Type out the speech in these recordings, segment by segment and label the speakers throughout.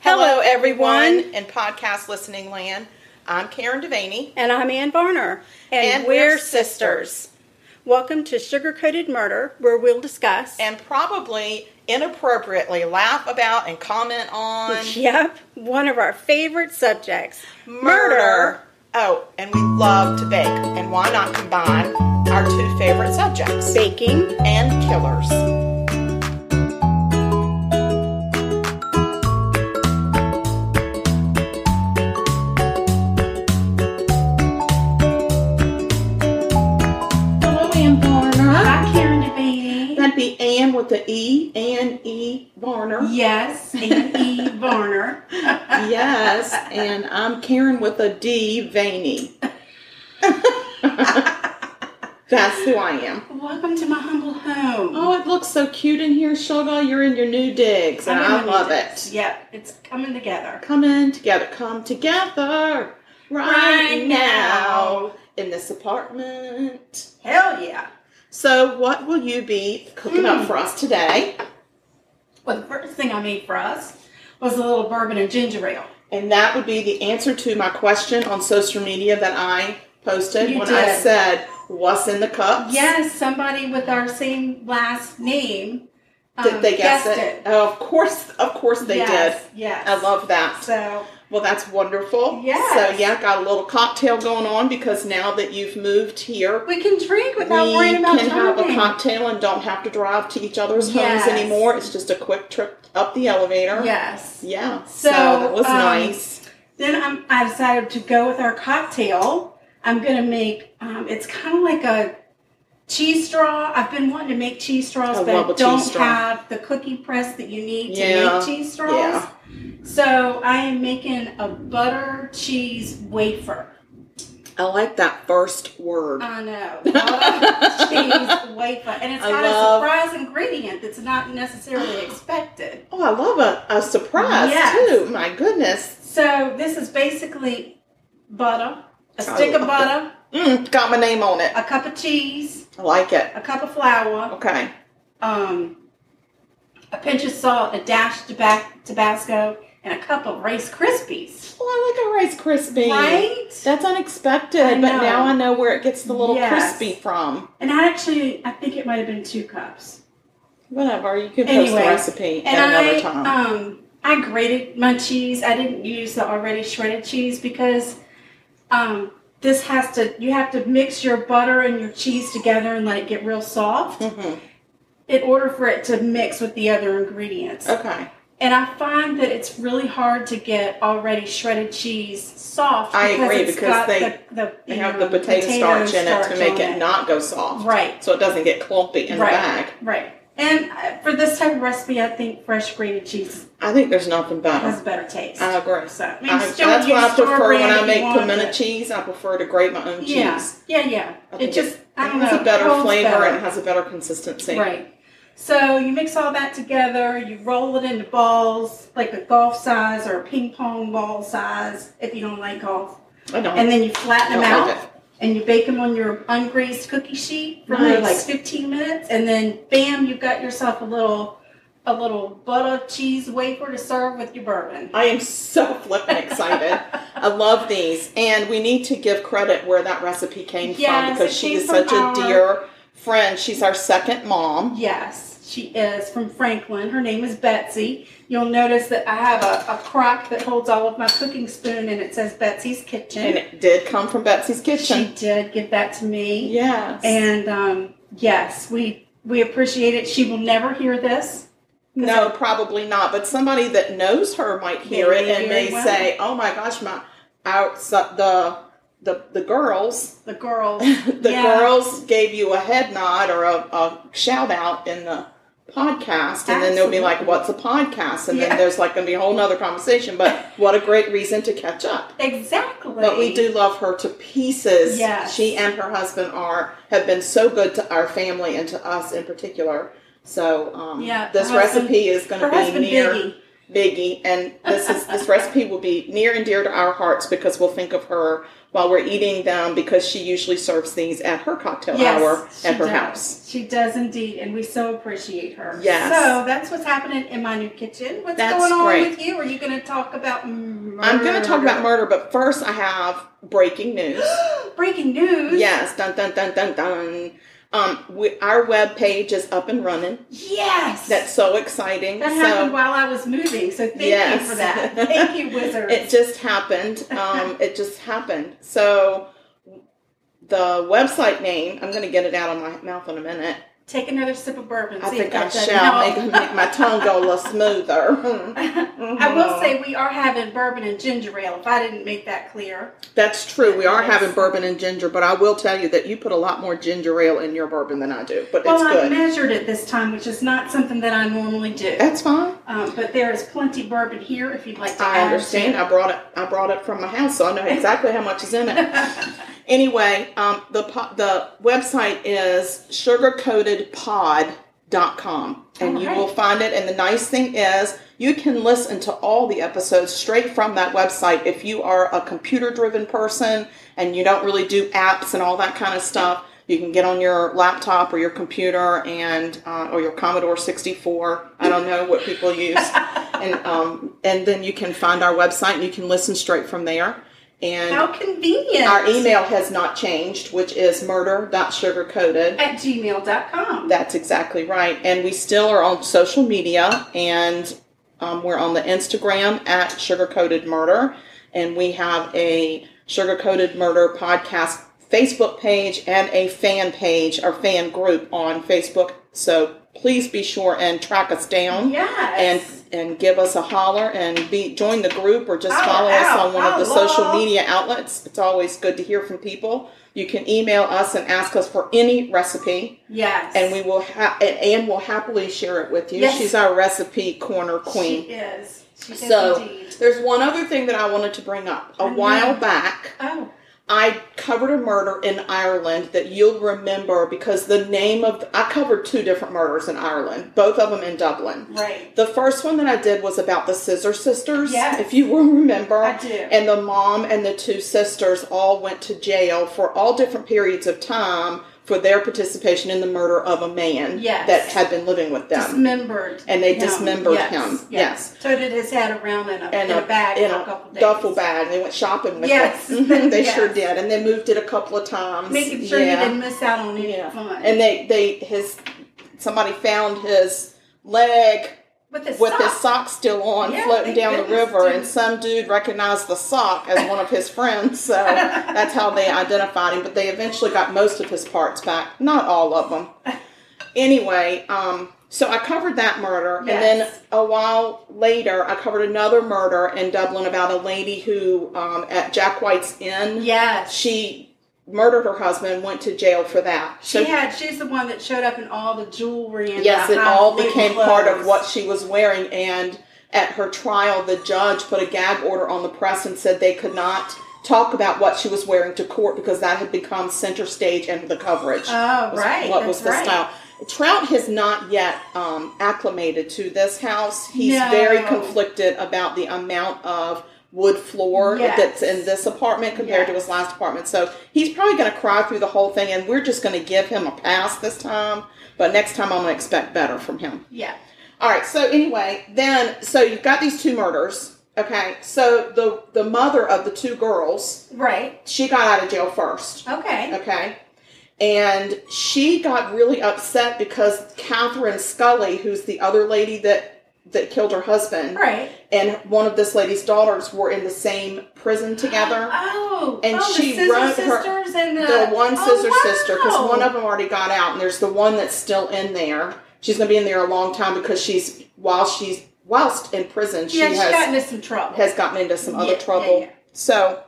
Speaker 1: Hello, everyone in podcast listening land. I'm Karen Devaney,
Speaker 2: And I'm Ann Varner.
Speaker 1: And we're sisters.
Speaker 2: Welcome to Sugar Coated Murder, where we'll discuss.
Speaker 1: and probably inappropriately laugh about and comment on
Speaker 2: yep, one of our favorite subjects
Speaker 1: murder. Oh, and we love to bake, and why not combine our two favorite subjects
Speaker 2: Baking.
Speaker 1: and killers? Hello, Ann Varner.
Speaker 2: I'm Karen Devaney.
Speaker 1: That'd be Ann with the E, Ann E. Varner.
Speaker 2: Yes, and E. Varner.
Speaker 1: Yes, and I'm Karen with a D. Vaney. That's who I am.
Speaker 2: Welcome to my humble home.
Speaker 1: Oh, it looks so cute in here, Shoga. You're in your new digs, and I
Speaker 2: I'm gonna
Speaker 1: love
Speaker 2: do this.
Speaker 1: it.
Speaker 2: Yep, it's coming together.
Speaker 1: Come in together, come together right, now in this apartment.
Speaker 2: Hell yeah.
Speaker 1: So, what will you be cooking up for us today?
Speaker 2: Well, the first thing I made for us was a little bourbon and ginger ale.
Speaker 1: And that would be the answer to my question on social media that I posted
Speaker 2: You
Speaker 1: when I
Speaker 2: did.
Speaker 1: said, What's in the cups?
Speaker 2: Yes, somebody with our same last name
Speaker 1: Did
Speaker 2: um,
Speaker 1: they guess it? Oh, of course, of course they
Speaker 2: yes,
Speaker 1: did.
Speaker 2: Yes.
Speaker 1: I love that.
Speaker 2: So
Speaker 1: Well, that's wonderful.
Speaker 2: Yes.
Speaker 1: So, yeah, got a little cocktail going on because now that you've moved here,
Speaker 2: we can drink without
Speaker 1: we
Speaker 2: worrying about
Speaker 1: can have a
Speaker 2: driving.
Speaker 1: cocktail and don't have to drive to each other's
Speaker 2: Yes.
Speaker 1: homes anymore. It's just a quick trip up the elevator.
Speaker 2: Yes.
Speaker 1: Yeah. So,
Speaker 2: So,
Speaker 1: that was
Speaker 2: um,
Speaker 1: nice.
Speaker 2: Then I'm, I decided to go with our cocktail. I'm gonna make. Um, it's kind of like a cheese straw. I've been wanting to make cheese straws,
Speaker 1: I
Speaker 2: but
Speaker 1: love a
Speaker 2: I
Speaker 1: cheese
Speaker 2: don't
Speaker 1: straw.
Speaker 2: have the cookie press that you need to
Speaker 1: Yeah,
Speaker 2: make cheese straws.
Speaker 1: yeah.
Speaker 2: So I am making a butter cheese wafer.
Speaker 1: I like that first word.
Speaker 2: I know. Cheese wafer. And it's
Speaker 1: I
Speaker 2: got
Speaker 1: love-
Speaker 2: a surprise ingredient that's not necessarily expected.
Speaker 1: Oh, I love a, a surprise
Speaker 2: Yes.
Speaker 1: too. My goodness.
Speaker 2: So this is basically butter,
Speaker 1: I
Speaker 2: a stick of
Speaker 1: love
Speaker 2: butter,
Speaker 1: Mm, got my name on it.
Speaker 2: a cup of cheese,
Speaker 1: I like it.
Speaker 2: a cup of flour,
Speaker 1: Okay.
Speaker 2: um, a pinch of salt, a dash of tobac- Tabasco, and a cup of Rice Krispies.
Speaker 1: Well, I like a Rice Krispie.
Speaker 2: Right?
Speaker 1: That's unexpected,
Speaker 2: I
Speaker 1: but now
Speaker 2: know.
Speaker 1: I know where it gets the little
Speaker 2: Yes.
Speaker 1: crispy from.
Speaker 2: And I actually, I think it might have been two cups.
Speaker 1: Whatever, you can post
Speaker 2: Anyway,
Speaker 1: the recipe
Speaker 2: And
Speaker 1: at another
Speaker 2: I,
Speaker 1: time.
Speaker 2: um, I grated my cheese. I didn't use the already shredded cheese because um, this has to. You have to mix your butter and your cheese together and let it get real soft
Speaker 1: Mhm.
Speaker 2: in order for it to mix with the other ingredients.
Speaker 1: Okay,
Speaker 2: And I find that it's really hard to get already shredded cheese soft.
Speaker 1: I agree,
Speaker 2: it's
Speaker 1: because
Speaker 2: got
Speaker 1: they-
Speaker 2: the, the,
Speaker 1: they
Speaker 2: you
Speaker 1: have
Speaker 2: know,
Speaker 1: the potato, starch in it to
Speaker 2: starch
Speaker 1: make
Speaker 2: on
Speaker 1: it not go soft,
Speaker 2: right.
Speaker 1: so it doesn't get clumpy in
Speaker 2: Right.
Speaker 1: the bag.
Speaker 2: Right. And uh, for this type of recipe, I think fresh grated cheese
Speaker 1: I think there's nothing
Speaker 2: has
Speaker 1: better.
Speaker 2: better taste.
Speaker 1: I agree.
Speaker 2: So, I mean,
Speaker 1: I-
Speaker 2: still
Speaker 1: that's
Speaker 2: use
Speaker 1: what I prefer
Speaker 2: strawberry
Speaker 1: when I
Speaker 2: if you
Speaker 1: make
Speaker 2: want,
Speaker 1: pimento
Speaker 2: but-
Speaker 1: cheese. I prefer to grate my own
Speaker 2: Yeah,
Speaker 1: cheese.
Speaker 2: yeah, yeah.
Speaker 1: I think
Speaker 2: It just, I
Speaker 1: it
Speaker 2: don't
Speaker 1: has
Speaker 2: know.
Speaker 1: a better
Speaker 2: holds
Speaker 1: flavor and it
Speaker 2: better.
Speaker 1: has a better consistency.
Speaker 2: Right. So you mix all that together. You roll it into balls, like a golf size or a ping pong ball size, if you don't like golf.
Speaker 1: I don't.
Speaker 2: And then you flatten them
Speaker 1: I
Speaker 2: out.
Speaker 1: like it.
Speaker 2: And you bake them on your ungreased cookie sheet for
Speaker 1: Nice.
Speaker 2: like 15 minutes, and then bam, you've got yourself a little, a little butter cheese wafer to serve with your bourbon.
Speaker 1: I am so flippin' excited. I love these. And we need to give credit where that recipe came
Speaker 2: Yes,
Speaker 1: from because
Speaker 2: it
Speaker 1: she
Speaker 2: came
Speaker 1: is
Speaker 2: from
Speaker 1: such
Speaker 2: our-
Speaker 1: a dear friend. She's our second mom.
Speaker 2: Yes, she is from Franklin. Her name is Betsy. You'll notice that I have a, a crock that holds all of my cooking spoon and it says Betsy's
Speaker 1: And
Speaker 2: Kitchen.
Speaker 1: it did come from Betsy's
Speaker 2: She
Speaker 1: kitchen.
Speaker 2: did give that to me.
Speaker 1: yes.
Speaker 2: And um, yes, we we appreciate it. She will never hear this.
Speaker 1: no, probably not. But somebody that knows her might hear it
Speaker 2: May
Speaker 1: and
Speaker 2: very
Speaker 1: may
Speaker 2: well.
Speaker 1: say, "Oh my gosh, my our, so- the the the girls."
Speaker 2: The girls.
Speaker 1: the
Speaker 2: Yeah.
Speaker 1: girls gave you a head nod or a, a shout out in the podcast and then they'll be like
Speaker 2: Absolutely.
Speaker 1: what's a podcast and
Speaker 2: Yeah.
Speaker 1: then there's like going to be a whole nother conversation but what a great reason to catch up
Speaker 2: Exactly.
Speaker 1: but we do love her to pieces
Speaker 2: Yes.
Speaker 1: she and her husband are have been so good to our family and to us in particular so um,
Speaker 2: Yeah,
Speaker 1: this
Speaker 2: her husband-
Speaker 1: recipe is going to
Speaker 2: Her
Speaker 1: be
Speaker 2: husband
Speaker 1: near
Speaker 2: Biggie.
Speaker 1: Biggie, and this is this recipe will be near and dear to our hearts because we'll think of her while we're eating them because she usually serves these at her cocktail hour at
Speaker 2: she
Speaker 1: her
Speaker 2: does.
Speaker 1: house.
Speaker 2: She does indeed, and we so appreciate her.
Speaker 1: Yes.
Speaker 2: So that's what's happening in my new kitchen. What's
Speaker 1: That's
Speaker 2: going on
Speaker 1: great.
Speaker 2: with you? Are you going to talk about murder?
Speaker 1: I'm going to talk about murder, but first I have breaking news.
Speaker 2: Breaking news.
Speaker 1: yes, dun dun dun dun dun. Um, we, our web page is up and running.
Speaker 2: Yes.
Speaker 1: That's so exciting.
Speaker 2: that
Speaker 1: so
Speaker 2: happened while I was moving. So thank
Speaker 1: Yes.
Speaker 2: you for that. Thank you, Wizard.
Speaker 1: It just happened. Um, it just happened. So the website name, I'm going to get it out of my mouth in a minute.
Speaker 2: Take another sip of bourbon.
Speaker 1: I
Speaker 2: see if
Speaker 1: think I
Speaker 2: that doesn't
Speaker 1: shall
Speaker 2: help.
Speaker 1: make, make my tongue go a little smoother. Mm-hmm.
Speaker 2: I will say we are having bourbon and ginger ale. If I didn't make that clear,
Speaker 1: that's true. We are
Speaker 2: Yes.
Speaker 1: having bourbon and ginger, but I will tell you that you put a lot more ginger ale in your bourbon than I do. But
Speaker 2: well,
Speaker 1: it's
Speaker 2: I
Speaker 1: good.
Speaker 2: measured it this time, which is not something that I normally do.
Speaker 1: that's fine.
Speaker 2: Um, but there is plenty bourbon here if you'd like to.
Speaker 1: I
Speaker 2: add
Speaker 1: understand.
Speaker 2: to
Speaker 1: I brought it. I brought it from my house, so I know exactly how much is in it. Anyway, um, the po- the website is sugarcoatedpod.com, and you
Speaker 2: All right.
Speaker 1: will find it. And the nice thing is, you can listen to all the episodes straight from that website. If you are a computer driven person and you don't really do apps and all that kind of stuff, you can get on your laptop or your computer and uh, or your Commodore sixty four. I don't know what people use, and um, and then you can find our website and you can listen straight from there. And
Speaker 2: How convenient.
Speaker 1: our email has not changed, which is murder.sugarcoated.
Speaker 2: at gmail.com.
Speaker 1: That's exactly right. And we still are on social media, and um, we're on the Instagram at sugarcoated murder. And we have a sugarcoated murder podcast Facebook page and a fan page or fan group on Facebook. So please be sure and track us down
Speaker 2: yes.
Speaker 1: and and give us a holler and be join the group or just follow
Speaker 2: Holler
Speaker 1: us
Speaker 2: out,
Speaker 1: on one of the
Speaker 2: holla.
Speaker 1: social media outlets. It's always good to hear from people. You can email us and ask us for any recipe,
Speaker 2: yes.
Speaker 1: and we will ha- and Anne will happily share it with you.
Speaker 2: Yes.
Speaker 1: She's our recipe corner
Speaker 2: She
Speaker 1: queen.
Speaker 2: is. She is
Speaker 1: So-
Speaker 2: indeed.
Speaker 1: There's one other thing that I wanted to bring up. A
Speaker 2: I know.
Speaker 1: while back,
Speaker 2: Oh,
Speaker 1: I covered a murder in Ireland that you'll remember because the name of I covered two different murders in Ireland, both of them in Dublin.
Speaker 2: right.
Speaker 1: The first one that I did was about the Scissor Sisters,
Speaker 2: Yes.
Speaker 1: if you will remember.
Speaker 2: I do.
Speaker 1: And the mom and the two sisters all went to jail for all different periods of time for their participation in the murder of a man
Speaker 2: Yes.
Speaker 1: that had been living with them.
Speaker 2: dismembered.
Speaker 1: And they
Speaker 2: him.
Speaker 1: dismembered
Speaker 2: Yes,
Speaker 1: him.
Speaker 2: Yes. So did his head around in a, in a, bag
Speaker 1: in
Speaker 2: for a,
Speaker 1: a
Speaker 2: couple days.
Speaker 1: duffel bag. They went shopping with
Speaker 2: Yes.
Speaker 1: it. Mhm, they
Speaker 2: Yes.
Speaker 1: sure did. And they moved it a couple of times.
Speaker 2: Making sure
Speaker 1: Yeah.
Speaker 2: you didn't miss out on any
Speaker 1: Yeah.
Speaker 2: fun.
Speaker 1: And they, they his somebody found his leg
Speaker 2: with his
Speaker 1: with
Speaker 2: sock.
Speaker 1: his sock still on
Speaker 2: Yeah,
Speaker 1: floating
Speaker 2: thank
Speaker 1: down the
Speaker 2: goodness,
Speaker 1: river
Speaker 2: dude.
Speaker 1: and some dude recognized the sock as one of his friends so that's how they identified him but they eventually got most of his parts back not all of them anyway um, so i covered that murder and then
Speaker 2: Yes.
Speaker 1: a while later i covered another murder in dublin about a lady who um, at jack white's inn
Speaker 2: Yes.
Speaker 1: she murdered her husband went to jail for that
Speaker 2: She had. She's the one that showed up in all the jewelry and
Speaker 1: Yes,
Speaker 2: the
Speaker 1: it all
Speaker 2: high-fluting
Speaker 1: became part of
Speaker 2: clothes.
Speaker 1: what she was wearing. And at her trial, the judge put a gag order on the press and said they could not talk about what she was wearing to court because that had become center stage and the coverage.
Speaker 2: Oh,
Speaker 1: was
Speaker 2: right.
Speaker 1: What
Speaker 2: that's
Speaker 1: was the
Speaker 2: right.
Speaker 1: style? Trout has not yet um, acclimated to this house. He's
Speaker 2: No.
Speaker 1: very conflicted about the amount of wood floor
Speaker 2: Yes.
Speaker 1: that's in this apartment compared to his last apartment. So he's probably going to cry through the whole thing, and we're just going to give him a pass this time. But next time, I'm going to expect better from him.
Speaker 2: Yeah.
Speaker 1: All right. So anyway, then so you've got these two murders. Okay. So the the mother of the two girls,
Speaker 2: Right.
Speaker 1: she got out of jail first.
Speaker 2: Okay.
Speaker 1: Okay. And she got really upset because Catherine Scully, who's the other lady that that killed her husband,
Speaker 2: Right.
Speaker 1: and one of this lady's daughters were in the same prison together.
Speaker 2: Oh.
Speaker 1: And
Speaker 2: oh,
Speaker 1: she
Speaker 2: the scissor
Speaker 1: wrote her-
Speaker 2: sisters and the,
Speaker 1: The one
Speaker 2: oh,
Speaker 1: scissor sister, because
Speaker 2: wow.
Speaker 1: one of them already got out, and there's the one that's still in there. She's gonna be in there a long time because she's while she's whilst in prison, she
Speaker 2: yeah, she
Speaker 1: has
Speaker 2: got into some trouble.
Speaker 1: has gotten into some other
Speaker 2: Yeah, yeah,
Speaker 1: trouble.
Speaker 2: yeah.
Speaker 1: So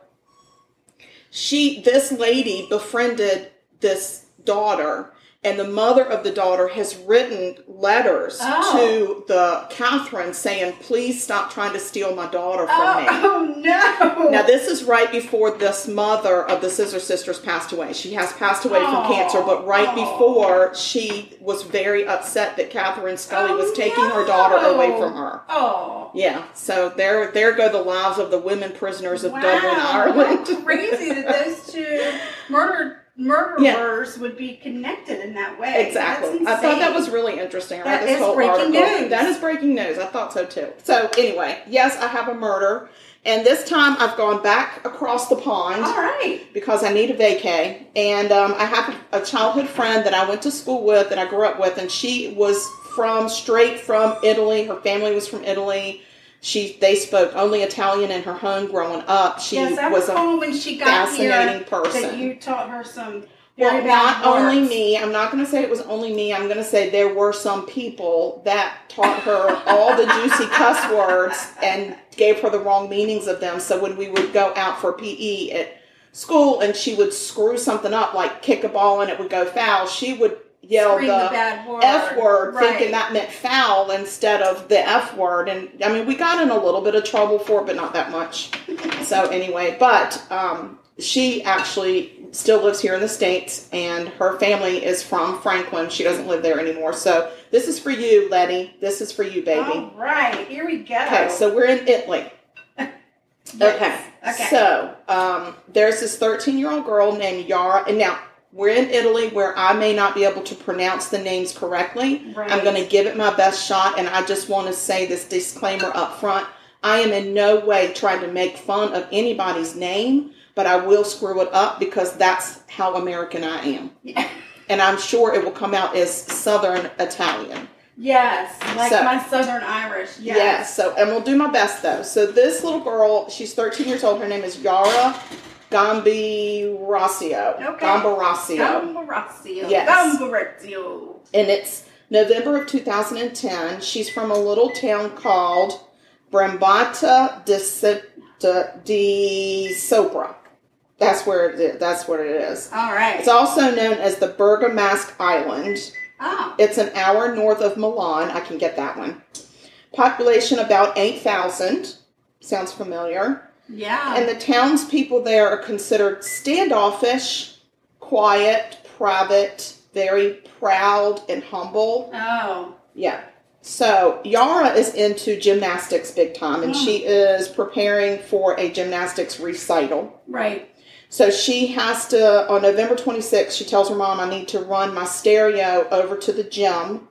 Speaker 1: she this lady befriended this daughter and the mother of the daughter has written letters
Speaker 2: Oh.
Speaker 1: to the Catherine saying, "Please stop trying to steal my daughter from me."
Speaker 2: Oh, oh no.
Speaker 1: Now, this is right before this mother of the Scissor Sisters passed away. She has passed away
Speaker 2: Aw.
Speaker 1: from cancer,
Speaker 2: Oh.
Speaker 1: but right
Speaker 2: Aw.
Speaker 1: before she was very upset that Catherine Scully
Speaker 2: Oh,
Speaker 1: was taking her daughter
Speaker 2: no.
Speaker 1: away from her.
Speaker 2: oh.
Speaker 1: Yeah, so there there go the lives of the women prisoners of
Speaker 2: wow.
Speaker 1: Dublin,
Speaker 2: how
Speaker 1: Ireland.
Speaker 2: crazy that those two murdered murderers would be connected in that way.
Speaker 1: exactly.
Speaker 2: That's
Speaker 1: I thought that
Speaker 2: insane.
Speaker 1: was really interesting. I read
Speaker 2: That
Speaker 1: this
Speaker 2: is
Speaker 1: whole
Speaker 2: breaking
Speaker 1: article.
Speaker 2: news.
Speaker 1: That is breaking news. I thought so too. So anyway, yes, I have a murder, and this time I've gone back across the pond.
Speaker 2: all right.
Speaker 1: because I need a vacay. And um, I have a childhood friend that I went to school with that I grew up with, and she was from straight from Italy. Her family was from Italy. She they spoke only Italian in her home growing up. She
Speaker 2: yes, I
Speaker 1: was a
Speaker 2: recall when she got
Speaker 1: fascinating
Speaker 2: here that
Speaker 1: person.
Speaker 2: you taught her some. very
Speaker 1: well, not
Speaker 2: bad words.
Speaker 1: only me. I'm not going to say it was only me. I'm going to say there were some people that taught her all the juicy cuss words and gave her the wrong meanings of them. So when we would go out for PE at school and she would screw something up, like kick a ball and it would go foul, she would yell
Speaker 2: Scream
Speaker 1: the
Speaker 2: bad word.
Speaker 1: F word,
Speaker 2: right.
Speaker 1: thinking that meant foul instead of the F word. And I mean, we got in a little bit of trouble for it, but not that much. so anyway, but um, she actually still lives here in the states, and her family is from Franklin. She doesn't live there anymore. So this is for you, Letty. This is for you, baby.
Speaker 2: All right, here we go.
Speaker 1: Okay, so we're in Italy. Okay.
Speaker 2: Yes. Okay.
Speaker 1: So um, there's this 13 year old girl named Yara, and now we're in Italy, where I may not be able to pronounce the names correctly.
Speaker 2: Right.
Speaker 1: I'm going to give it my best shot, and I just want to say this disclaimer up front. I am in no way trying to make fun of anybody's name, but I will screw it up because that's how American I am.
Speaker 2: Yeah.
Speaker 1: And I'm sure it will come out as Southern Italian.
Speaker 2: Yes, like
Speaker 1: So-
Speaker 2: my Southern Irish.
Speaker 1: Yes.
Speaker 2: Yes.
Speaker 1: so, and we'll do my best though. So, this little girl, she's 13 years old. Her name is Yara Gambi Rossio.
Speaker 2: Okay. Gambarazio.
Speaker 1: Yes.
Speaker 2: Gambarazio.
Speaker 1: and it's November of 2010. She's from a little town called Brambata di, Si- de- di Sopra. That's where it is. That's what it is.
Speaker 2: All right.
Speaker 1: It's also known as the Bergamask Island.
Speaker 2: oh,
Speaker 1: It's an hour north of Milan. I can get that one. Population about 8,000. Sounds familiar.
Speaker 2: yeah.
Speaker 1: And the townspeople there are considered standoffish, quiet, private, very proud, and humble.
Speaker 2: oh,
Speaker 1: Yeah. So Yara is into gymnastics big time, and she
Speaker 2: Hmm.
Speaker 1: is preparing for a gymnastics recital.
Speaker 2: right.
Speaker 1: So she has to, on November 26th, she tells her mom, I need to run my stereo over to the gym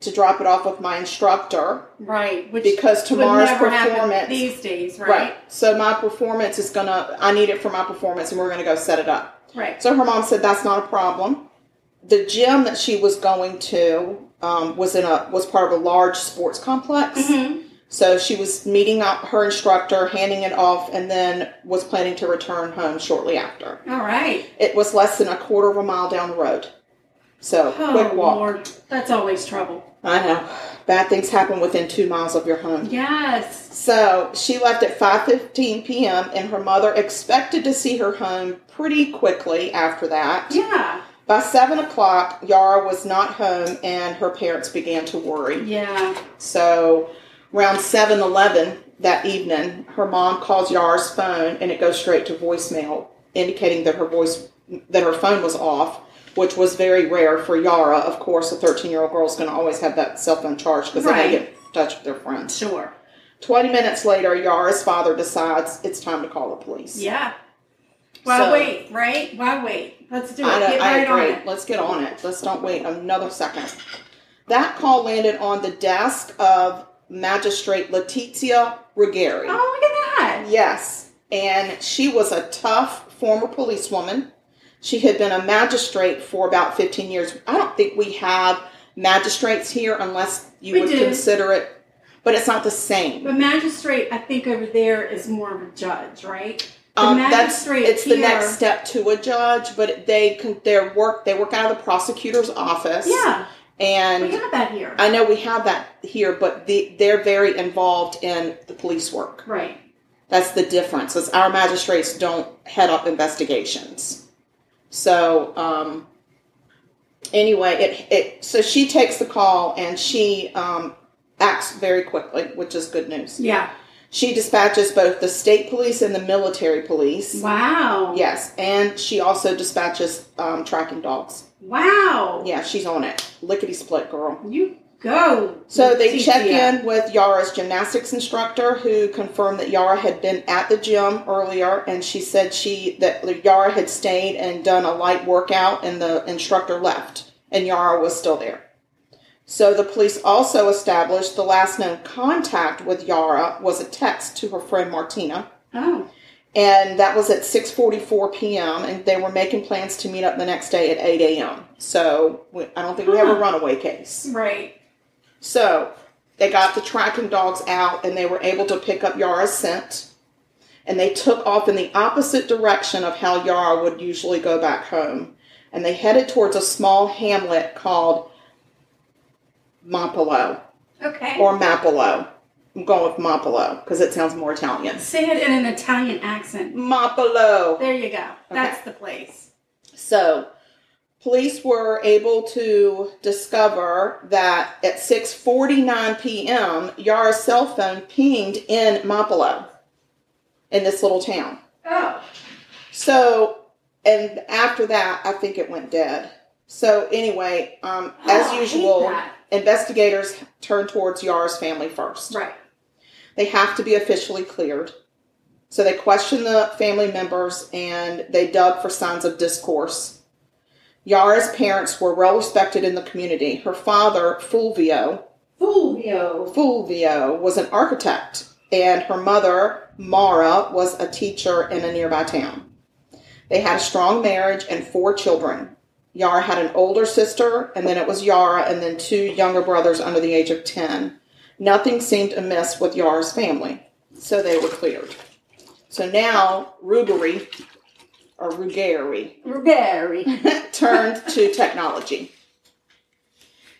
Speaker 1: to drop it off with my instructor.
Speaker 2: Right. Which
Speaker 1: Because
Speaker 2: would
Speaker 1: tomorrow's
Speaker 2: never happen
Speaker 1: performance-
Speaker 2: these days, right?
Speaker 1: So my performance is going to, I need it for my performance, and we're going to go set it up.
Speaker 2: Right.
Speaker 1: So her mom said that's not a problem. The gym that she was going to um, was in a was part of a large sports complex.
Speaker 2: Mhm.
Speaker 1: So she was meeting up her instructor, handing it off, and then was planning to return home shortly after.
Speaker 2: All right.
Speaker 1: It was less than a quarter of a mile down the road. So quick
Speaker 2: oh,
Speaker 1: walk.
Speaker 2: Lord. That's always trouble.
Speaker 1: I know. Bad things happen within two miles of your home.
Speaker 2: Yes.
Speaker 1: So she left at 5:15 p.m. and her mother expected to see her home pretty quickly after that.
Speaker 2: Yeah.
Speaker 1: By seven o'clock, Yara was not home, and her parents began to worry.
Speaker 2: Yeah.
Speaker 1: So, around seven eleven that evening, her mom calls Yara's phone, and it goes straight to voicemail, indicating that her voice that her phone was off, which was very rare for Yara. Of course, a thirteen year old girl is going to always have that cell phone charged because they
Speaker 2: Right.
Speaker 1: don't get in touch with their friends.
Speaker 2: Sure.
Speaker 1: Twenty minutes later, Yara's father decides it's time to call the police.
Speaker 2: Yeah. Why
Speaker 1: So-
Speaker 2: wait? Right? Why wait? Let's do it.
Speaker 1: I, know,
Speaker 2: Get
Speaker 1: I
Speaker 2: right
Speaker 1: agree.
Speaker 2: on it.
Speaker 1: Let's get on it. Let's don't wait another second. That call landed on the desk of Magistrate Letizia Rigeri.
Speaker 2: Oh, look at that.
Speaker 1: Yes, and she was a tough former policewoman. She had been a magistrate for about 15 years. I don't think we have magistrates here unless you
Speaker 2: We
Speaker 1: would
Speaker 2: do.
Speaker 1: consider it, but it's not the same.
Speaker 2: The magistrate, I think, over there is more of a judge, right? The
Speaker 1: Um, that's
Speaker 2: magistrate
Speaker 1: it's the
Speaker 2: here-
Speaker 1: next step to a judge, but they can their work they work out of the prosecutor's office.
Speaker 2: Yeah,
Speaker 1: and
Speaker 2: we have that here.
Speaker 1: I know we have that here, but the, they're very involved in the police work.
Speaker 2: right.
Speaker 1: That's the difference. Is our magistrates don't head up investigations. So, um, anyway, it it so she takes the call and she um, acts very quickly, which is good news.
Speaker 2: Yeah.
Speaker 1: She dispatches both the state police and the military police.
Speaker 2: Wow.
Speaker 1: Yes, and she also dispatches um, tracking dogs.
Speaker 2: Wow.
Speaker 1: Yeah, she's on it. Lickety split, girl.
Speaker 2: You go.
Speaker 1: So they
Speaker 2: Leticia.
Speaker 1: check in with Yara's gymnastics instructor, who confirmed that Yara had been at the gym earlier, and she said she that Yara had stayed and done a light workout, and the instructor left, and Yara was still there. So the police also established the last known contact with Yara was a text to her friend Martina,
Speaker 2: Oh.
Speaker 1: and that was at 6:44 p.m. and they were making plans to meet up the next day at 8 a.m. So we, I don't think we have a
Speaker 2: Huh.
Speaker 1: runaway case.
Speaker 2: Right.
Speaker 1: So they got the tracking dogs out and they were able to pick up Yara's scent. And they took off in the opposite direction of how Yara would usually go back home. And they headed towards a small hamlet called Mapolo
Speaker 2: Okay.
Speaker 1: or Mapolo. I'm going with Mapolo because it sounds more Italian.
Speaker 2: Say it in an Italian accent.
Speaker 1: Mapolo.
Speaker 2: There you go. That's the place.
Speaker 1: So, police were able to discover that at 6:49 p.m., Yara's cell phone pinged in Mapolo, in this little town.
Speaker 2: Oh.
Speaker 1: So, and after that, I think it went dead. So, anyway, um, as
Speaker 2: Oh, I hate
Speaker 1: usual,
Speaker 2: that.
Speaker 1: investigators turn towards Yara's family first.
Speaker 2: Right.
Speaker 1: They have to be officially cleared. So they questioned the family members and they dug for signs of discourse. Yara's parents were well respected in the community. Her father, Fulvio,
Speaker 2: Fulvio.
Speaker 1: Fulvio was an architect, and her mother, Mara, was a teacher in a nearby town. They had a strong marriage and four children. Yara had an older sister, and then it was Yara, and then two younger brothers under the age of 10. Nothing seemed amiss with Yara's family, so they were cleared. So now, Rugeri, or Rugeri,
Speaker 2: Very.
Speaker 1: turned to technology.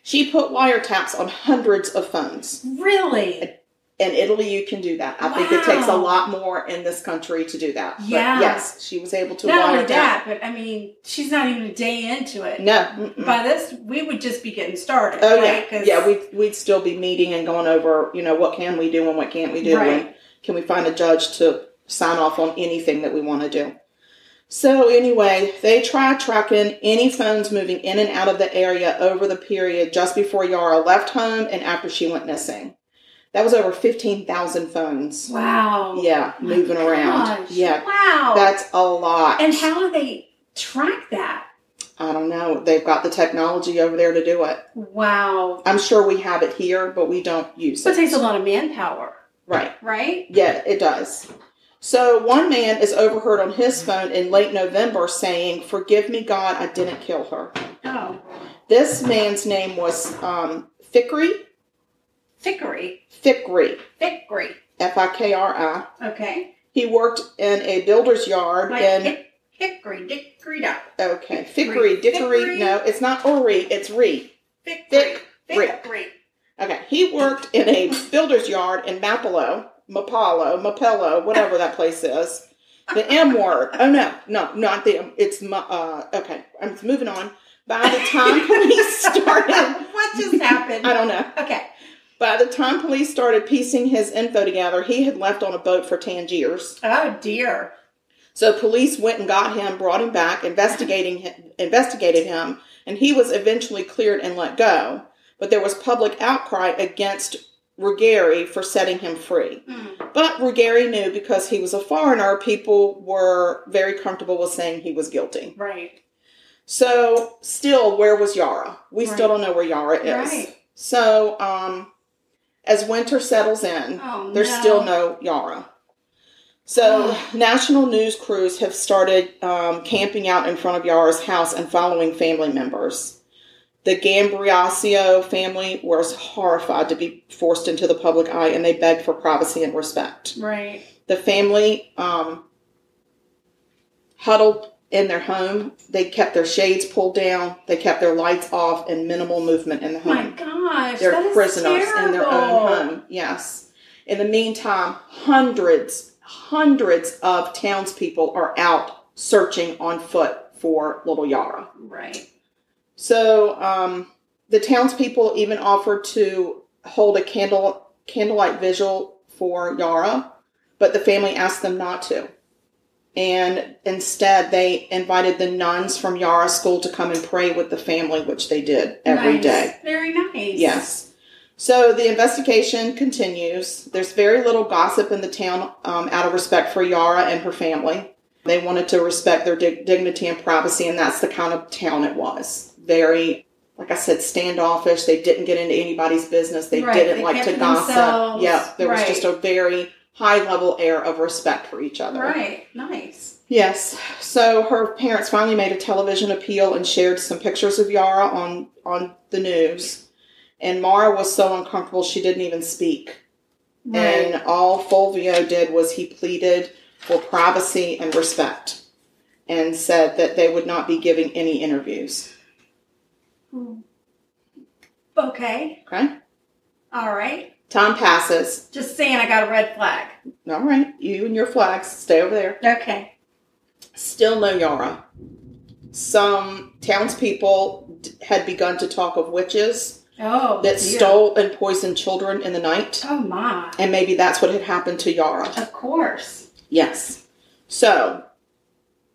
Speaker 1: She put wiretaps on hundreds of phones.
Speaker 2: Really?
Speaker 1: In Italy, you can do that. I think it takes a
Speaker 2: Wow.
Speaker 1: lot more in this country to do that. But
Speaker 2: Yeah.
Speaker 1: yes, she was able to
Speaker 2: Not only
Speaker 1: wiretap.
Speaker 2: that, but I mean, she's not even a day into it.
Speaker 1: No. mm-mm.
Speaker 2: By this, we would just be getting started.
Speaker 1: Oh
Speaker 2: right?
Speaker 1: yeah,
Speaker 2: 'Cause-
Speaker 1: yeah. We'd we'd still be meeting and going over. You know, what can we do and what can't we do,
Speaker 2: Right.
Speaker 1: and can we find a judge to sign off on anything that we want to do. So anyway, they tried tracking any phones moving in and out of the area over the period just before Yara left home and after she went missing. That was over fifteen thousand phones.
Speaker 2: Wow.
Speaker 1: Yeah,
Speaker 2: My
Speaker 1: moving around.
Speaker 2: gosh.
Speaker 1: Yeah,
Speaker 2: Wow.
Speaker 1: that's a lot.
Speaker 2: and how do they track that?
Speaker 1: I don't know. They've got the technology over there to do it.
Speaker 2: Wow.
Speaker 1: I'm sure we have it here, but we don't use
Speaker 2: So it
Speaker 1: it.
Speaker 2: takes a lot of manpower,
Speaker 1: Right.
Speaker 2: right?
Speaker 1: Yeah, it does. So one man is overheard on his phone in late November saying, "Forgive me, God, I didn't kill her."
Speaker 2: Oh.
Speaker 1: This man's name was um, Fikri
Speaker 2: Fickery.
Speaker 1: Fikri
Speaker 2: Fickery.
Speaker 1: F I K R I.
Speaker 2: Okay.
Speaker 1: He worked in a builder's yard
Speaker 2: Like
Speaker 1: in
Speaker 2: hick, hickory, dickory, dock.
Speaker 1: okay Fikri
Speaker 2: Fikri.
Speaker 1: Dickory. No, it's not Ori. It's Re.
Speaker 2: Fickery.
Speaker 1: Fickery.
Speaker 2: Fickery.
Speaker 1: Okay, he worked in a builder's yard in Mapolo, Mapalo, Mapello, whatever that place is. The M word. Oh no, no, not the. It's mu- uh. Okay, I'm moving on. By the time police started,
Speaker 2: what just happened?
Speaker 1: I don't know.
Speaker 2: Okay.
Speaker 1: By the time police started piecing his info together, he had left on a boat for Tangiers.
Speaker 2: Oh dear.
Speaker 1: So police went and got him, brought him back, investigating him, investigated him, and he was eventually cleared and let go. But there was public outcry against Ruggieri for setting him free.
Speaker 2: Mm.
Speaker 1: But Ruggieri knew because he was a foreigner, people were very comfortable with saying he was guilty.
Speaker 2: Right.
Speaker 1: So, still, where was Yara? We still
Speaker 2: Right.
Speaker 1: don't know where Yara is.
Speaker 2: Right.
Speaker 1: So, um, as winter settles in,
Speaker 2: Oh
Speaker 1: there's
Speaker 2: no.
Speaker 1: still no Yara. So, national news crews have started um, camping out in front of Yara's house and following family members. The Gambriasio family was horrified to be forced into the public eye and they begged for privacy and respect.
Speaker 2: Right.
Speaker 1: The family um, huddled in their home. They kept their shades pulled down, they kept their lights off, and minimal movement in the home
Speaker 2: My gosh.
Speaker 1: Mm-hmm. they're
Speaker 2: that is
Speaker 1: prisoners
Speaker 2: terrible.
Speaker 1: in their own home. Yes. In the meantime, hundreds, hundreds of townspeople are out searching on foot for little Yara.
Speaker 2: Right.
Speaker 1: So um, the townspeople even offered to hold a candle candlelight vigil for Yara, but the family asked them not to. And instead, they invited the nuns from Yara School to come and pray with the family, which they did every
Speaker 2: nice.
Speaker 1: day.
Speaker 2: Very nice.
Speaker 1: Yes. So the investigation continues. There's very little gossip in the town um, out of respect for Yara and her family. They wanted to respect their dig- dignity and privacy, and that's the kind of town it was. Very, like I said, standoffish. They didn't get into anybody's business. They
Speaker 2: Right,
Speaker 1: didn't
Speaker 2: they
Speaker 1: like
Speaker 2: kept
Speaker 1: to
Speaker 2: to
Speaker 1: gossip.
Speaker 2: themselves.
Speaker 1: Yeah, there was
Speaker 2: Right.
Speaker 1: just a very high level air of respect for each other.
Speaker 2: Right. Nice.
Speaker 1: Yes. So her parents finally made a television appeal and shared some pictures of Yara on on the news. And Mara was so uncomfortable she didn't even speak.
Speaker 2: Right.
Speaker 1: And all Fulvio did was he pleaded for privacy and respect and said that they would not be giving any interviews.
Speaker 2: Hmm. okay.
Speaker 1: Okay?
Speaker 2: All right.
Speaker 1: Time passes.
Speaker 2: Just saying, I got a red flag.
Speaker 1: All right, you and your flags, stay over there.
Speaker 2: Okay.
Speaker 1: Still no Yara. Some townspeople d- had begun to talk of witches
Speaker 2: Oh.
Speaker 1: that
Speaker 2: dear.
Speaker 1: stole and poisoned children in the night.
Speaker 2: Oh my.
Speaker 1: And maybe that's what had happened to Yara.
Speaker 2: Of course.
Speaker 1: Yes. So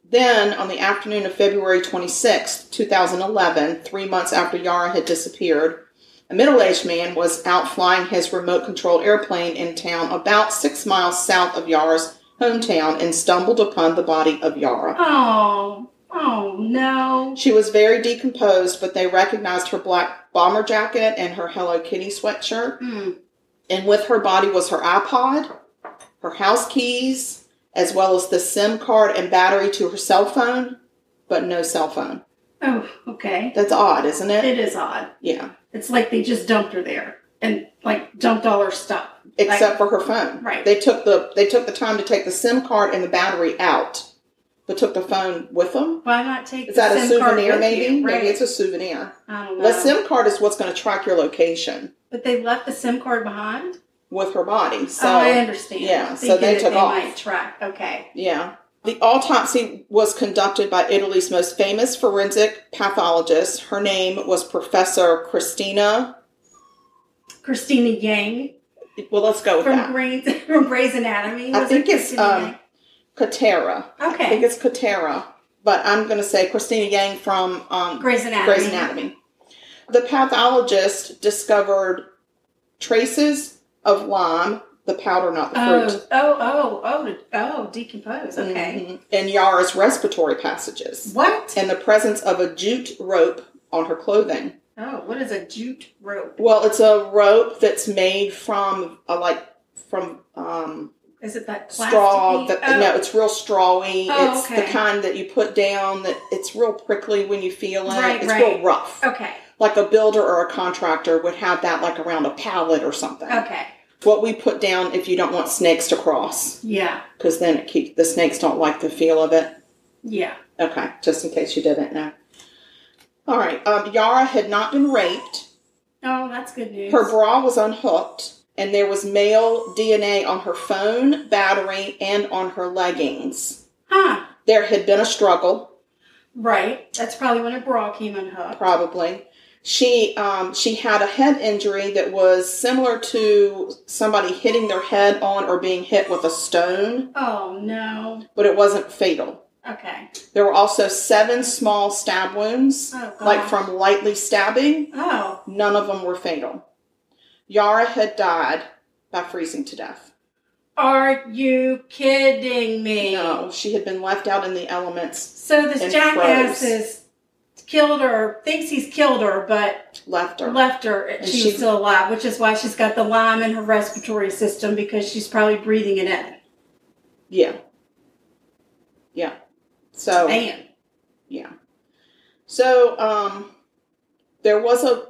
Speaker 1: then on the afternoon of February 26th, 2011, three months after Yara had disappeared, a middle aged man was out flying his remote control airplane in town about six miles south of Yara's hometown and stumbled upon the body of Yara.
Speaker 2: Oh. Oh no.
Speaker 1: She was very decomposed, but they recognized her black bomber jacket and her Hello Kitty sweatshirt.
Speaker 2: Mm.
Speaker 1: And with her body was her iPod, her house keys, as well as the SIM card and battery to her cell phone, but no cell phone.
Speaker 2: Oh. Okay.
Speaker 1: That's odd, isn't it?
Speaker 2: It is odd.
Speaker 1: Yeah.
Speaker 2: It's like they just dumped her there and like dumped all her stuff.
Speaker 1: Except for her phone.
Speaker 2: Right.
Speaker 1: They took the they took the time to take the SIM card and the battery out, but took the phone with them.
Speaker 2: Why not take
Speaker 1: Is
Speaker 2: the
Speaker 1: that a
Speaker 2: SIM card
Speaker 1: souvenir?
Speaker 2: with
Speaker 1: Maybe.
Speaker 2: you? Right. Oh.
Speaker 1: Maybe it's a souvenir.
Speaker 2: I don't know.
Speaker 1: The SIM card is what's going to track your location
Speaker 2: but they left the SIM card behind.
Speaker 1: with her body. So
Speaker 2: oh, I understand.
Speaker 1: yeah, so
Speaker 2: Thinking
Speaker 1: they
Speaker 2: that
Speaker 1: took
Speaker 2: they
Speaker 1: off.
Speaker 2: Might track. Okay.
Speaker 1: Yeah. The autopsy was conducted by Italy's most famous forensic pathologist. Her name was Professor Christina.
Speaker 2: Christina Yang
Speaker 1: Well, let's go with
Speaker 2: from
Speaker 1: that.
Speaker 2: Grey's from Grey's Anatomy.
Speaker 1: I
Speaker 2: Was
Speaker 1: think
Speaker 2: it
Speaker 1: it's
Speaker 2: Christina
Speaker 1: um, Katera.
Speaker 2: Yang?
Speaker 1: I think
Speaker 2: okay.
Speaker 1: it's Katera, but I'm going to say Christina Yang from um,
Speaker 2: Grey's Anatomy.
Speaker 1: Grey's Anatomy. The pathologist discovered traces of lime, the powder, not the fruit.
Speaker 2: Oh, oh, oh, oh, oh, decompose. Okay.
Speaker 1: Mhm. In Yara's respiratory passages,
Speaker 2: What?
Speaker 1: and the presence of a jute rope on her clothing.
Speaker 2: Oh, what is a jute rope?
Speaker 1: Well, it's a rope that's made from a like from um,
Speaker 2: Is it that plastic?
Speaker 1: straw. That, No, it's real strawy.
Speaker 2: Oh,
Speaker 1: it's the
Speaker 2: okay.
Speaker 1: kind that you put down. That it's real prickly when you feel it.
Speaker 2: Right,
Speaker 1: it's
Speaker 2: right.
Speaker 1: real rough.
Speaker 2: Oh, Okay.
Speaker 1: Like a builder or a contractor would have that like around a pallet or something.
Speaker 2: Okay.
Speaker 1: What we put down if you don't want snakes to cross,
Speaker 2: Yeah.
Speaker 1: because then it keeps the snakes don't like the feel of it.
Speaker 2: Yeah.
Speaker 1: Okay, just in case you didn't know. All right, um, Yara had not been raped.
Speaker 2: Oh, that's good news.
Speaker 1: Her bra was unhooked, and there was male DNA on her phone, battery, and on her leggings.
Speaker 2: huh.
Speaker 1: There had been a struggle,
Speaker 2: Right. That's probably when her bra came unhooked.
Speaker 1: probably. She um, she had a head injury that was similar to somebody hitting their head on or being hit with a stone,
Speaker 2: Oh no.
Speaker 1: but it wasn't fatal.
Speaker 2: Okay.
Speaker 1: There were also seven small stab wounds,
Speaker 2: Oh, God.
Speaker 1: like from lightly stabbing.
Speaker 2: Oh.
Speaker 1: None of them were fatal. Yara had died by freezing to death.
Speaker 2: Are you kidding me?
Speaker 1: No, she had been left out in the elements,
Speaker 2: So this
Speaker 1: And
Speaker 2: jackass
Speaker 1: froze.
Speaker 2: has killed her, thinks he's killed her, but
Speaker 1: left her.
Speaker 2: left her.
Speaker 1: And
Speaker 2: And she,
Speaker 1: she-
Speaker 2: was still alive, which is why she's got the lime in her respiratory system because she's probably breathing it in.
Speaker 1: Yeah. Yeah. So,
Speaker 2: Man.
Speaker 1: yeah. So, um, there was a,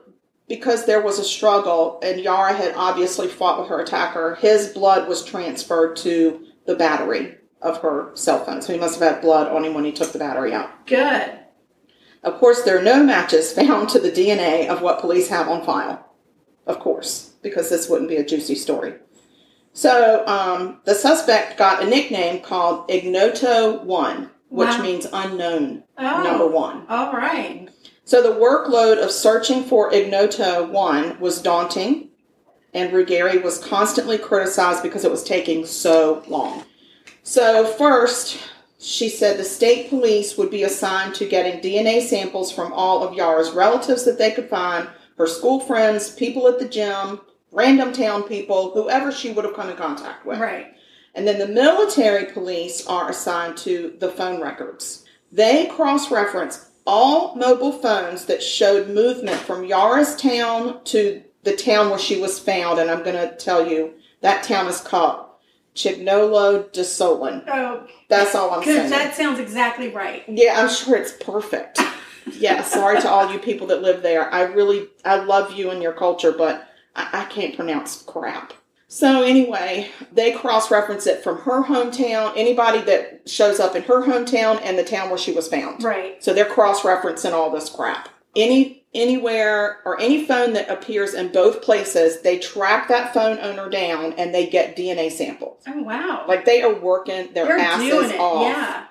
Speaker 1: because there was a struggle and Yara had obviously fought with her attacker, his blood was transferred to the battery of her cell phone. So he must have had blood on him when he took the battery out.
Speaker 2: Good.
Speaker 1: Of course, there are no matches found to the DNA of what police have on file. Of course, because this wouldn't be a juicy story. So um, the suspect got a nickname called Ignoto One, which
Speaker 2: Wow.
Speaker 1: means unknown
Speaker 2: Oh.
Speaker 1: number one.
Speaker 2: All right.
Speaker 1: So the workload of searching for Ignoto 1 was daunting, and Ruggieri was constantly criticized because it was taking so long. So, first, she said the state police would be assigned to getting DNA samples from all of Yara's relatives that they could find, her school friends, people at the gym, random town people, whoever she would have come in contact with.
Speaker 2: Right.
Speaker 1: And then the military police are assigned to the phone records. They cross reference all mobile phones that showed movement from Yara's town to the town where she was found. And I'm going to tell you that town is called Chignolo de Solon.
Speaker 2: Oh,
Speaker 1: That's all I'm saying.
Speaker 2: because that sounds exactly right.
Speaker 1: Yeah, I'm sure it's perfect. yeah, sorry to all you people that live there. I really, I love you and your culture, but I, I can't pronounce crap. So anyway, they cross-reference it from her hometown, anybody that shows up in her hometown and the town where she was found.
Speaker 2: Right.
Speaker 1: So they're cross-referencing all this crap. Any anywhere or any phone that appears in both places, they track that phone owner down and they get DNA samples.
Speaker 2: Oh wow.
Speaker 1: Like they are working their
Speaker 2: They're
Speaker 1: asses
Speaker 2: doing it.
Speaker 1: off.
Speaker 2: Yeah.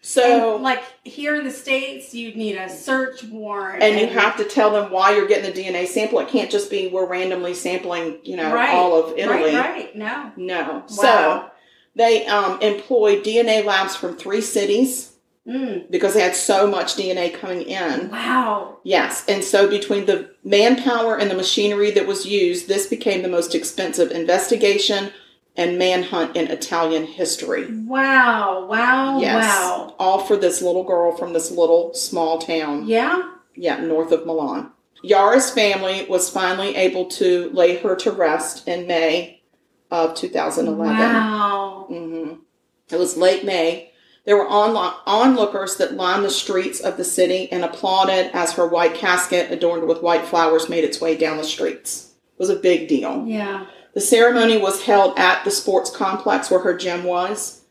Speaker 1: So
Speaker 2: And, like here in the states, you'd need a search warrant,
Speaker 1: and you have to tell them why you're getting the DNA sample. It can't just be we're randomly sampling, you know,
Speaker 2: Right.
Speaker 1: all of Italy.
Speaker 2: Right, right. No.
Speaker 1: No. So
Speaker 2: Wow.
Speaker 1: they um, employed DNA labs from three cities
Speaker 2: Mm.
Speaker 1: because they had so much DNA coming in.
Speaker 2: Wow.
Speaker 1: Yes, and so between the manpower and the machinery that was used, this became the most expensive investigation and manhunt in Italian history.
Speaker 2: Wow. Wow.
Speaker 1: Yes.
Speaker 2: Wow.
Speaker 1: All for this little girl from this little small town.
Speaker 2: Yeah.
Speaker 1: yeah, north of Milan. Yara's family was finally able to lay her to rest in May of 2011.
Speaker 2: Wow.
Speaker 1: hmm It was late May. There were onlo- onlookers that lined the streets of the city and applauded as her white casket, adorned with white flowers, made its way down the streets. It was a big deal.
Speaker 2: Yeah.
Speaker 1: The ceremony was held at the sports complex where her gym was,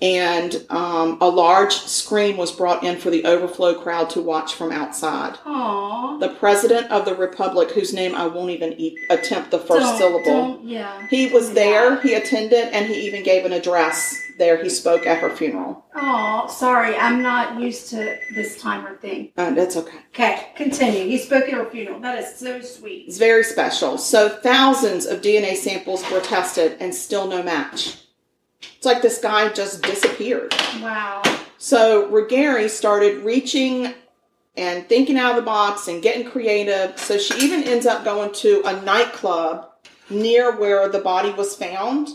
Speaker 1: and um, a large screen was brought in for the overflow crowd to watch from outside
Speaker 2: Aww.
Speaker 1: the president of the republic, whose name I won't even e- attempt the 1st syllable.
Speaker 2: yeah.
Speaker 1: He was there, he attended, and he even gave an address there. He spoke at her funeral.
Speaker 2: Oh, sorry. I'm not used to this timer thing.
Speaker 1: Uh, that's okay.
Speaker 2: Okay. Continue. He spoke at her funeral. That is so sweet.
Speaker 1: It's very special. So thousands of DNA samples were tested and still no match. It's like this guy just disappeared.
Speaker 2: Wow.
Speaker 1: So Regary started reaching and thinking out of the box and getting creative. So she even ends up going to a nightclub near where the body was found.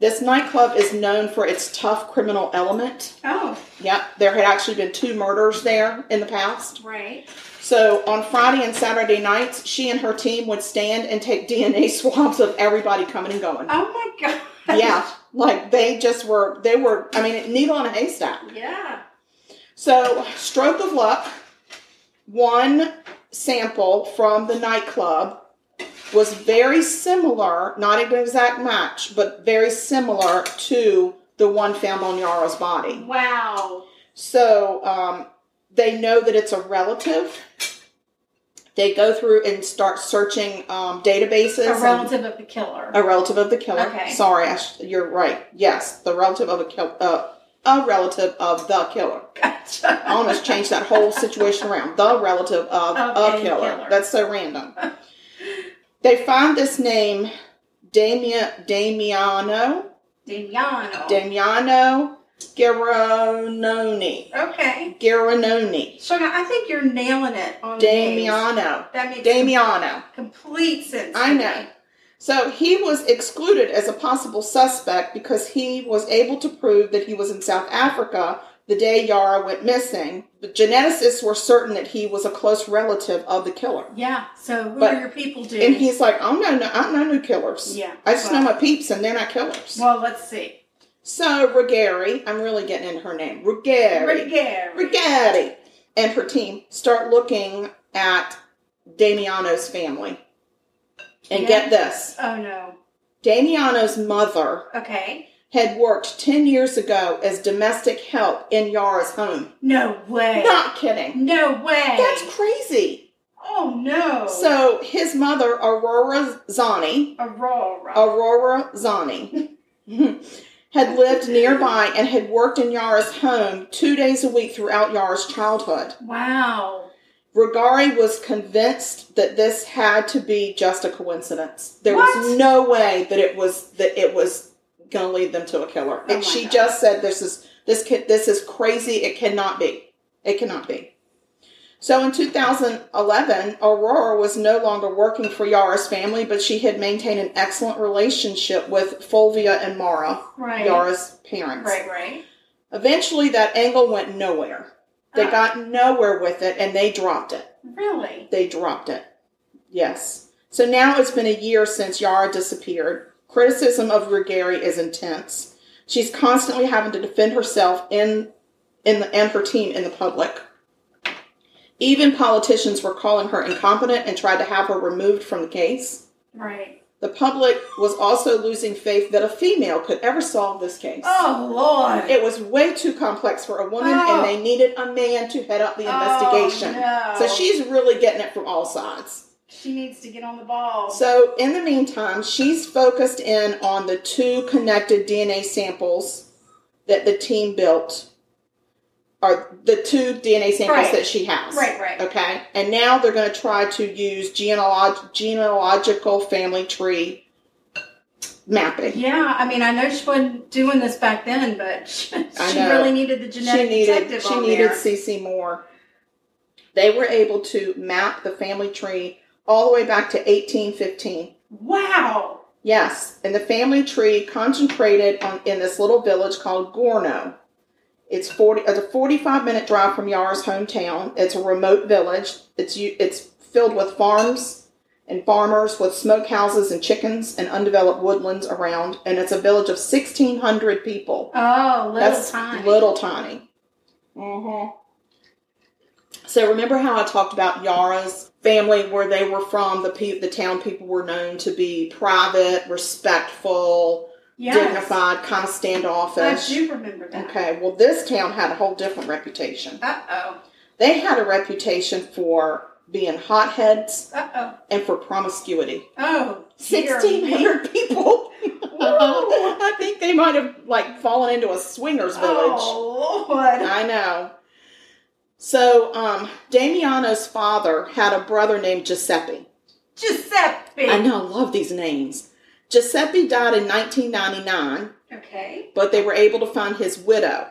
Speaker 1: This nightclub is known for its tough criminal element.
Speaker 2: Oh,
Speaker 1: Yep, there had actually been two murders there in the past.
Speaker 2: right.
Speaker 1: So on Friday and Saturday nights, she and her team would stand and take DNA swabs of everybody coming and going.
Speaker 2: Oh my god.
Speaker 1: Yeah, like they just were, they were, I mean, needle in a haystack.
Speaker 2: Yeah.
Speaker 1: So, stroke of luck, one sample from the nightclub was very similar, not an exact match, but very similar to the one found on Yara's body.
Speaker 2: Wow.
Speaker 1: So, um, they know that it's a relative. They go through and start searching um, databases.
Speaker 2: A
Speaker 1: and-
Speaker 2: relative of the killer.
Speaker 1: a relative of the killer.
Speaker 2: Okay.
Speaker 1: Sorry, I sh- you're right. Yes, the relative of a kill, uh, a relative of the killer.
Speaker 2: Gotcha.
Speaker 1: I almost changed that whole situation around. The relative of a
Speaker 2: Okay,
Speaker 1: killer.
Speaker 2: killer.
Speaker 1: That's so random. they find this name, Damia, Damiano,
Speaker 2: Damiano.
Speaker 1: Damiano Girononi.
Speaker 2: okay.
Speaker 1: Girononi.
Speaker 2: Shona, I think you're nailing it on the names.
Speaker 1: Damiano.
Speaker 2: That makes
Speaker 1: Damiano.
Speaker 2: complete sense.
Speaker 1: I
Speaker 2: to
Speaker 1: know.
Speaker 2: me.
Speaker 1: So he was excluded as a possible suspect because he was able to prove that he was in South Africa the day Yara went missing. The geneticists were certain that he was a close relative of the killer.
Speaker 2: Yeah. So who
Speaker 1: But-
Speaker 2: are your people doing?
Speaker 1: And he's like, I'm no, I'm no new killers.
Speaker 2: Yeah.
Speaker 1: I just
Speaker 2: Well-
Speaker 1: know my peeps and they're not killers.
Speaker 2: Well, let's see.
Speaker 1: so Regary, I'm really getting into her name, Regary,
Speaker 2: Regary.
Speaker 1: Regary, and her team start looking at Damiano's family. And
Speaker 2: Yeah.
Speaker 1: get this.
Speaker 2: Oh no.
Speaker 1: Damiano's mother
Speaker 2: Okay.
Speaker 1: had worked 10 years ago as domestic help in Yara's home.
Speaker 2: No way.
Speaker 1: Not kidding.
Speaker 2: No way.
Speaker 1: That's crazy.
Speaker 2: oh no.
Speaker 1: So his mother, Aurora Zani,
Speaker 2: Aurora.
Speaker 1: Aurora Zani, had lived nearby and had worked in Yara's home two days a week throughout Yara's childhood.
Speaker 2: wow.
Speaker 1: Regari was convinced that this had to be just a coincidence. There was
Speaker 2: What?
Speaker 1: no way that it was that it was going to lead them to a killer.
Speaker 2: Oh my
Speaker 1: and she
Speaker 2: God.
Speaker 1: just said, "This is this can, this is crazy. It cannot be. It cannot be." So in 2011, Aurora was no longer working for Yara's family, but she had maintained an excellent relationship with Fulvia and Mara,
Speaker 2: Right.
Speaker 1: Yara's parents.
Speaker 2: Right, right.
Speaker 1: Eventually, that angle went nowhere. They
Speaker 2: Oh.
Speaker 1: got nowhere with it, and they dropped it
Speaker 2: Really?
Speaker 1: they dropped it. Yes. So now it's been a year since Yara disappeared. Criticism of Regari is intense. She's constantly having to defend herself in in the, and her team in the public. Even politicians were calling her incompetent and tried to have her removed from the case.
Speaker 2: Right.
Speaker 1: The public was also losing faith that a female could ever solve this case.
Speaker 2: Oh Lord.
Speaker 1: It was way too complex for a woman,
Speaker 2: Oh.
Speaker 1: and they needed a man to head up the
Speaker 2: Oh,
Speaker 1: investigation.
Speaker 2: no.
Speaker 1: So she's really getting it from all sides.
Speaker 2: She needs to get on the ball.
Speaker 1: So in the meantime, she's focused in on the two connected DNA samples that the team built, or the two DNA samples
Speaker 2: Right.
Speaker 1: that she has.
Speaker 2: Right, right.
Speaker 1: Okay. And now they're going to try to use genealog- genealogical family tree mapping.
Speaker 2: Yeah, I mean, I know she wasn't doing this back then, but she,
Speaker 1: I
Speaker 2: she
Speaker 1: know.
Speaker 2: really needed the
Speaker 1: She
Speaker 2: genetic
Speaker 1: needed
Speaker 2: detective
Speaker 1: she
Speaker 2: on
Speaker 1: needed
Speaker 2: there.
Speaker 1: CC Moore. They were able to map the family tree all the way back to 1815.
Speaker 2: Wow.
Speaker 1: Yes, and the family tree concentrated on in this little village called Gorno. It's forty. It's a forty-five minute drive from Yara's hometown. It's a remote village. It's u- it's filled with farms and farmers with smokehouses and chickens and undeveloped woodlands around. And it's a village of sixteen hundred people.
Speaker 2: Oh, little
Speaker 1: That's
Speaker 2: time.
Speaker 1: little tiny. Mm-hmm. So remember how I talked about Yara's family, where they were from. The pe- the town people were known to be private, respectful,
Speaker 2: yes.
Speaker 1: dignified, kind of
Speaker 2: I
Speaker 1: standoffish.
Speaker 2: do remember that.
Speaker 1: Okay, well, this town had a whole different reputation.
Speaker 2: Uh oh.
Speaker 1: They had a reputation for being hotheads
Speaker 2: Uh oh.
Speaker 1: and for promiscuity.
Speaker 2: Oh. dear
Speaker 1: Sixteen
Speaker 2: me.
Speaker 1: hundred people.
Speaker 2: Whoa.
Speaker 1: I think they might have like fallen into a swingers village.
Speaker 2: Oh Lord.
Speaker 1: I know. So, um, Damiano's father had a brother named Giuseppe.
Speaker 2: Giuseppe.
Speaker 1: I know, I love these names. Giuseppe died in 1999,
Speaker 2: Okay.
Speaker 1: but they were able to find his widow.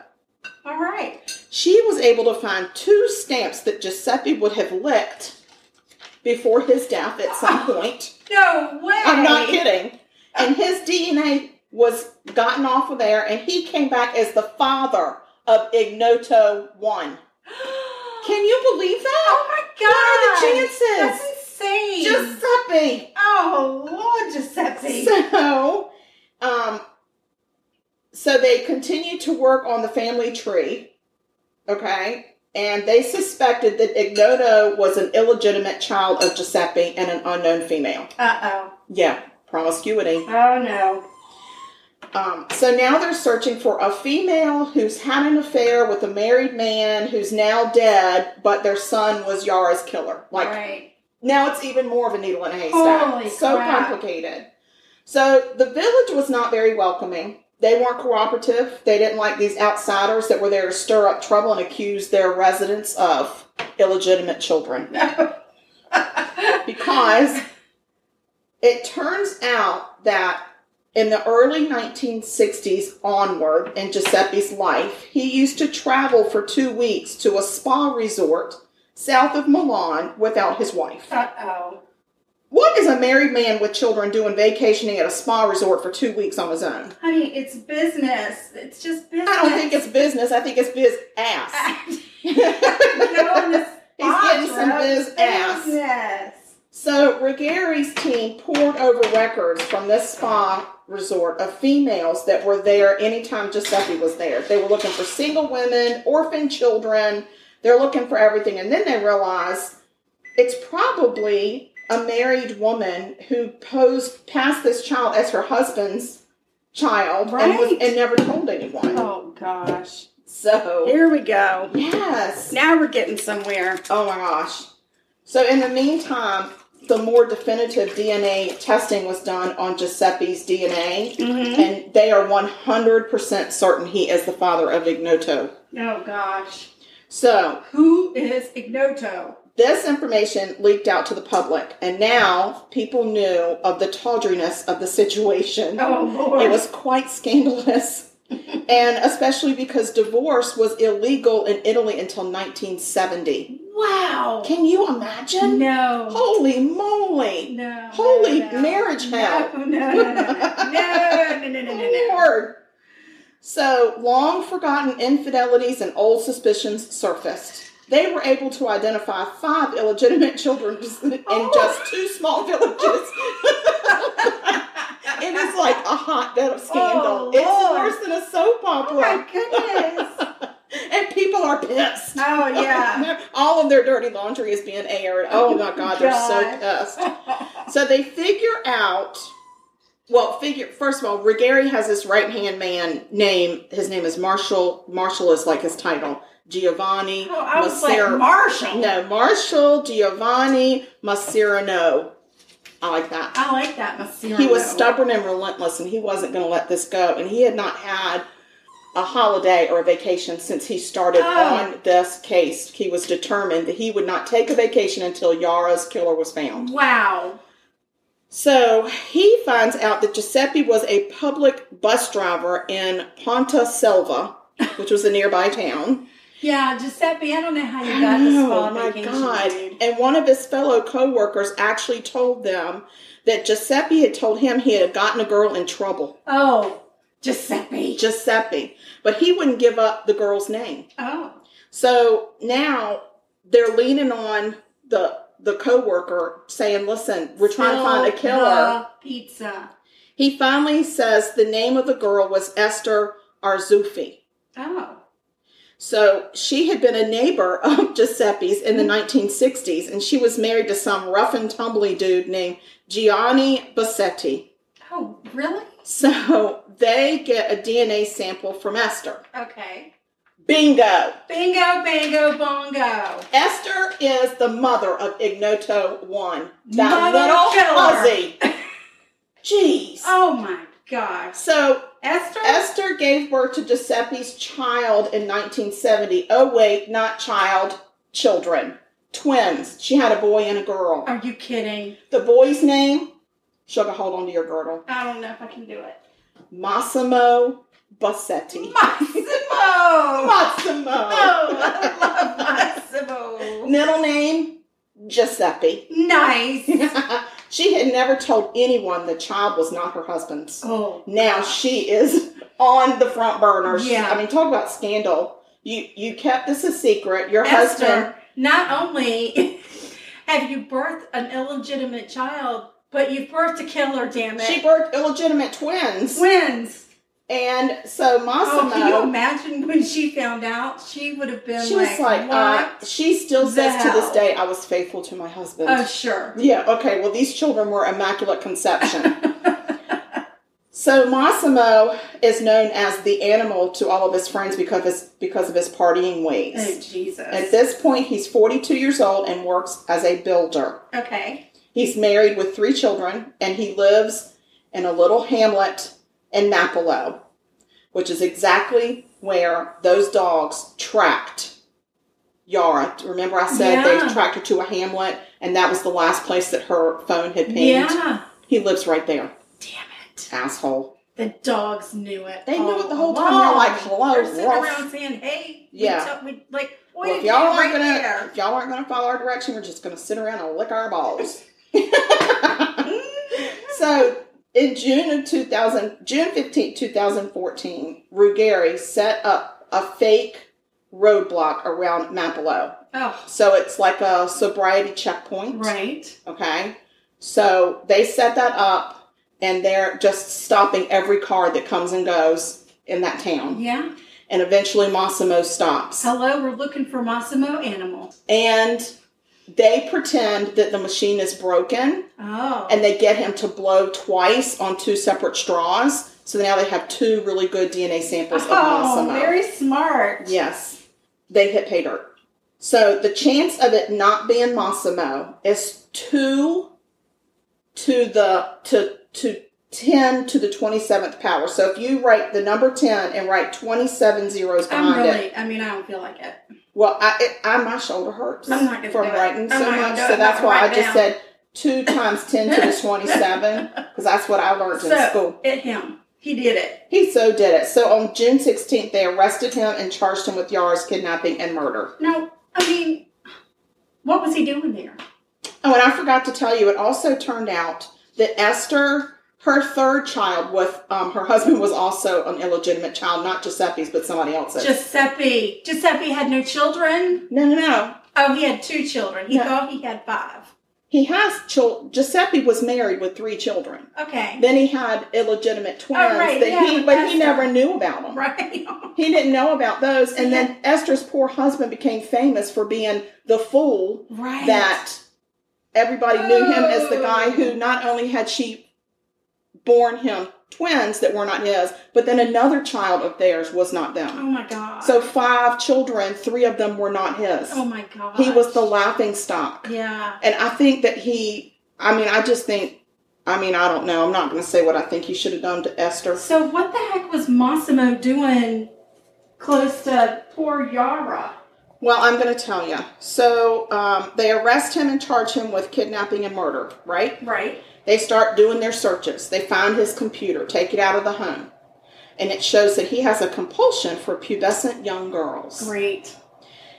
Speaker 2: All right.
Speaker 1: She was able to find two stamps that Giuseppe would have licked before his death at some point.
Speaker 2: No way.
Speaker 1: I'm not kidding. And his DNA was gotten off of there, and he came back as the father of Ignoto 1. Can you believe that?
Speaker 2: oh my
Speaker 1: What
Speaker 2: God.
Speaker 1: are the chances?
Speaker 2: That's insane.
Speaker 1: Giuseppe.
Speaker 2: oh Lord, Giuseppe.
Speaker 1: So, um, so they continued to work on the family tree, okay, and they suspected that Ignoto was an illegitimate child of Giuseppe and an unknown female.
Speaker 2: uh oh.
Speaker 1: Yeah, promiscuity.
Speaker 2: Oh no.
Speaker 1: Um, so now they're searching for a female who's had an affair with a married man who's now dead, but their son was Yara's killer. Like
Speaker 2: right.
Speaker 1: Now it's even more of a needle in a haystack.
Speaker 2: Holy
Speaker 1: so
Speaker 2: crap.
Speaker 1: complicated. So the village was not very welcoming. They weren't cooperative. They didn't like these outsiders that were there to stir up trouble and accuse their residents of illegitimate children. Because it turns out that in the early 1960s onward in Giuseppe's life, he used to travel for two weeks to a spa resort south of Milan without his wife.
Speaker 2: Uh oh.
Speaker 1: What is a married man with children doing vacationing at a spa resort for two weeks on his own?
Speaker 2: Honey, it's business. It's just business.
Speaker 1: I don't think it's business. I think it's biz ass. He's getting some biz ass.
Speaker 2: Business.
Speaker 1: So Regari's team poured over records from this spa resort of females that were there anytime Giuseppe was there. They were looking for single women, orphan children. They're looking for everything. And then they realized it's probably a married woman who posed past this child as her husband's child and, was,
Speaker 2: Right.
Speaker 1: and never told anyone.
Speaker 2: Oh gosh.
Speaker 1: So,
Speaker 2: Here we go.
Speaker 1: yes.
Speaker 2: Now we're getting somewhere.
Speaker 1: Oh my gosh. So in the meantime, the more definitive DNA testing was done on Giuseppe's DNA,
Speaker 2: Mm-hmm.
Speaker 1: and they are 100% certain he is the father of Ignoto.
Speaker 2: Oh gosh.
Speaker 1: So
Speaker 2: Who is Ignoto?
Speaker 1: this information leaked out to the public, and now people knew of the tawdriness of the situation.
Speaker 2: Oh, Lord.
Speaker 1: It was quite scandalous. and especially because divorce was illegal in Italy until 1970.
Speaker 2: wow.
Speaker 1: Can you imagine?
Speaker 2: no.
Speaker 1: Holy moly!
Speaker 2: no.
Speaker 1: Holy
Speaker 2: no, no.
Speaker 1: marriage hell.
Speaker 2: No, no, no, no, no, no, no, no, no, no. no.
Speaker 1: Lord. So long forgotten infidelities and old suspicions surfaced. They were able to identify five illegitimate children in
Speaker 2: Oh.
Speaker 1: just two small villages. it is like a hotbed of scandal.
Speaker 2: Oh,
Speaker 1: it's
Speaker 2: Lord.
Speaker 1: worse than a soap
Speaker 2: Oh my
Speaker 1: opera.
Speaker 2: goodness.
Speaker 1: and people are pissed.
Speaker 2: Oh yeah.
Speaker 1: All of their dirty laundry is being aired. Oh my God.
Speaker 2: God.
Speaker 1: they're so pissed. So they figure out. Well, figure first of all, Rigari has this right hand man name. His name is Marshall. Marshall is like his title. Giovanni.
Speaker 2: Oh, I was
Speaker 1: Masser-
Speaker 2: like Marshall.
Speaker 1: no, Marshall Giovanni Masserano. I like that.
Speaker 2: I like that Masiro.
Speaker 1: He was stubborn and relentless, and he wasn't going to let this go. And he had not had a holiday or a vacation since he started
Speaker 2: Oh.
Speaker 1: on this case. He was determined that he would not take a vacation until Yara's killer was found.
Speaker 2: Wow.
Speaker 1: So he finds out that Giuseppe was a public bus driver in Ponta Selva, which was a nearby town. Oh,
Speaker 2: Yeah, Giuseppe, I don't know how you got this fall vacation. dude.
Speaker 1: And one of his fellow co-workers actually told them that Giuseppe had told him he had gotten a girl in trouble.
Speaker 2: Oh, Giuseppe.
Speaker 1: Giuseppe. But he wouldn't give up the girl's name.
Speaker 2: Oh.
Speaker 1: So now they're leaning on the the co-worker saying, listen, we're trying to find a
Speaker 2: Still uh-huh.
Speaker 1: killer.
Speaker 2: the Pizza.
Speaker 1: He finally says the name of the girl was Esther Arzufi.
Speaker 2: Oh.
Speaker 1: So she had been a neighbor of Giuseppe's in the 1960s, and she was married to some rough and tumbly dude named Gianni Bassetti.
Speaker 2: Oh, really?
Speaker 1: So they get a DNA sample from Esther.
Speaker 2: Okay.
Speaker 1: Bingo!
Speaker 2: Bingo, bingo, bongo.
Speaker 1: Esther is the mother of Ignoto 1. That
Speaker 2: Mother
Speaker 1: little Aussie. Jeez.
Speaker 2: Oh my gosh.
Speaker 1: So
Speaker 2: Esther?
Speaker 1: Esther gave birth to Giuseppe's child in 1970. Oh, wait, not child, children. Twins. She had a boy and a girl.
Speaker 2: Are you kidding?
Speaker 1: The boy's name, sugar, hold on to your girdle,
Speaker 2: I don't know if I can do it.
Speaker 1: Massimo Bassetti.
Speaker 2: Massimo! Oh,
Speaker 1: Massimo.
Speaker 2: I love Massimo.
Speaker 1: Middle name, Giuseppe.
Speaker 2: Nice.
Speaker 1: she had never told anyone the child was not her husband's.
Speaker 2: Oh,
Speaker 1: now she is on the front burner. She-
Speaker 2: Yeah.
Speaker 1: I mean, talk about scandal. You you kept this a secret. Your husband.
Speaker 2: Esther, not only have you birthed an illegitimate child, but you've birthed a killer, damn it.
Speaker 1: She birthed illegitimate twins.
Speaker 2: wins.
Speaker 1: And so
Speaker 2: Oh, can you
Speaker 1: Massimo,
Speaker 2: imagine when she found out? She would have been
Speaker 1: she
Speaker 2: like,
Speaker 1: was like,
Speaker 2: what?
Speaker 1: uh, she still
Speaker 2: the
Speaker 1: says to this
Speaker 2: hell?
Speaker 1: day, I was faithful to my husband.
Speaker 2: oh, sure.
Speaker 1: yeah, okay, well, these children were immaculate conception. so Massimo is known as the animal to all of his friends because of his, because of his partying ways.
Speaker 2: Oh, Jesus.
Speaker 1: At this point, he's 42 years old and works as a builder.
Speaker 2: okay.
Speaker 1: He's married with three children, and he lives in a little hamlet in Napolo, which is exactly where those dogs tracked Yara. Remember, I said
Speaker 2: Yeah.
Speaker 1: they tracked her to a hamlet, and that was the last place that her phone had pinged.
Speaker 2: Yeah.
Speaker 1: He lives right there,
Speaker 2: Damn it.
Speaker 1: asshole.
Speaker 2: The dogs knew it.
Speaker 1: They knew
Speaker 2: all
Speaker 1: it the whole time. They're
Speaker 2: along.
Speaker 1: like, hello,
Speaker 2: They're sitting
Speaker 1: rough.
Speaker 2: around saying, hey,
Speaker 1: Yeah.
Speaker 2: We t- we, like, we
Speaker 1: Well, if
Speaker 2: did
Speaker 1: y'all
Speaker 2: it
Speaker 1: aren't
Speaker 2: right
Speaker 1: gonna,
Speaker 2: there.
Speaker 1: if y'all aren't gonna follow our direction, we're just gonna sit around and lick our balls.
Speaker 2: Oh,
Speaker 1: so in June of 2000, June 15, 2014, Ruggieri set up a fake roadblock around Mapolo.
Speaker 2: Oh,
Speaker 1: So it's like a sobriety checkpoint.
Speaker 2: right.
Speaker 1: Okay. So they set that up and they're just stopping every car that comes and goes in that town.
Speaker 2: Yeah.
Speaker 1: And eventually Massimo stops.
Speaker 2: Hello, we're looking for Massimo Animal.
Speaker 1: And they pretend that the machine is broken.
Speaker 2: Oh.
Speaker 1: and they get him to blow twice on two separate straws. So now they have two really good DNA samples of
Speaker 2: oh,
Speaker 1: Massimo.
Speaker 2: very smart.
Speaker 1: yes, they hit pay dirt. So the chance of it not being Massimo is two to the to to ten to the twenty seventh power. So if you write the number ten and write twenty seven zeros
Speaker 2: I'm
Speaker 1: behind it,
Speaker 2: really, I mean, I don't feel like it.
Speaker 1: Well, I, it, I my shoulder hurts
Speaker 2: I'm not gonna
Speaker 1: from
Speaker 2: do it.
Speaker 1: writing
Speaker 2: I'm
Speaker 1: so
Speaker 2: not gonna
Speaker 1: much,
Speaker 2: do it.
Speaker 1: so
Speaker 2: I'm
Speaker 1: that's
Speaker 2: not
Speaker 1: why I
Speaker 2: gonna
Speaker 1: just
Speaker 2: write
Speaker 1: said two times ten to the twenty-seven because that's what I learned in
Speaker 2: So-
Speaker 1: school.
Speaker 2: At him. He did it.
Speaker 1: He so did it. So on June sixteenth, they arrested him and charged him with Yara's kidnapping and murder.
Speaker 2: Now, I mean, what was he doing there?
Speaker 1: Oh, and I forgot to tell you, it also turned out that Esther, her third child with um, her husband, was also an illegitimate child, not Giuseppe's, but somebody else's.
Speaker 2: Giuseppe. Giuseppe had no children.
Speaker 1: no, no, no.
Speaker 2: Oh, he had two children. He
Speaker 1: No.
Speaker 2: thought he had five.
Speaker 1: He has children. Giuseppe was married with three children.
Speaker 2: Okay.
Speaker 1: Then he had illegitimate twins
Speaker 2: Oh, right,
Speaker 1: that
Speaker 2: yeah,
Speaker 1: he, but he
Speaker 2: Esther.
Speaker 1: never knew about them.
Speaker 2: Right.
Speaker 1: He didn't know about those. And then Esther's poor husband became famous for being the fool
Speaker 2: right.
Speaker 1: that everybody knew him as the guy who
Speaker 2: Oh.
Speaker 1: not only had she born him twins that were not his, but then another child of theirs was not
Speaker 2: Oh
Speaker 1: them.
Speaker 2: my God.
Speaker 1: So five children, three of them were not his.
Speaker 2: Oh my God.
Speaker 1: He was the laughing stock.
Speaker 2: Yeah.
Speaker 1: And I think that he, I mean, I just think, I mean, I don't know. I'm not going to say what I think he should have done to Esther.
Speaker 2: So what the heck was Massimo doing close to poor Yara?
Speaker 1: Well, I'm going to tell you. So um, they arrest him and charge him with kidnapping and murder, right?
Speaker 2: Right.
Speaker 1: They start doing their searches. They find his computer, take it out of the home, and it shows that he has a compulsion for pubescent young girls.
Speaker 2: Great.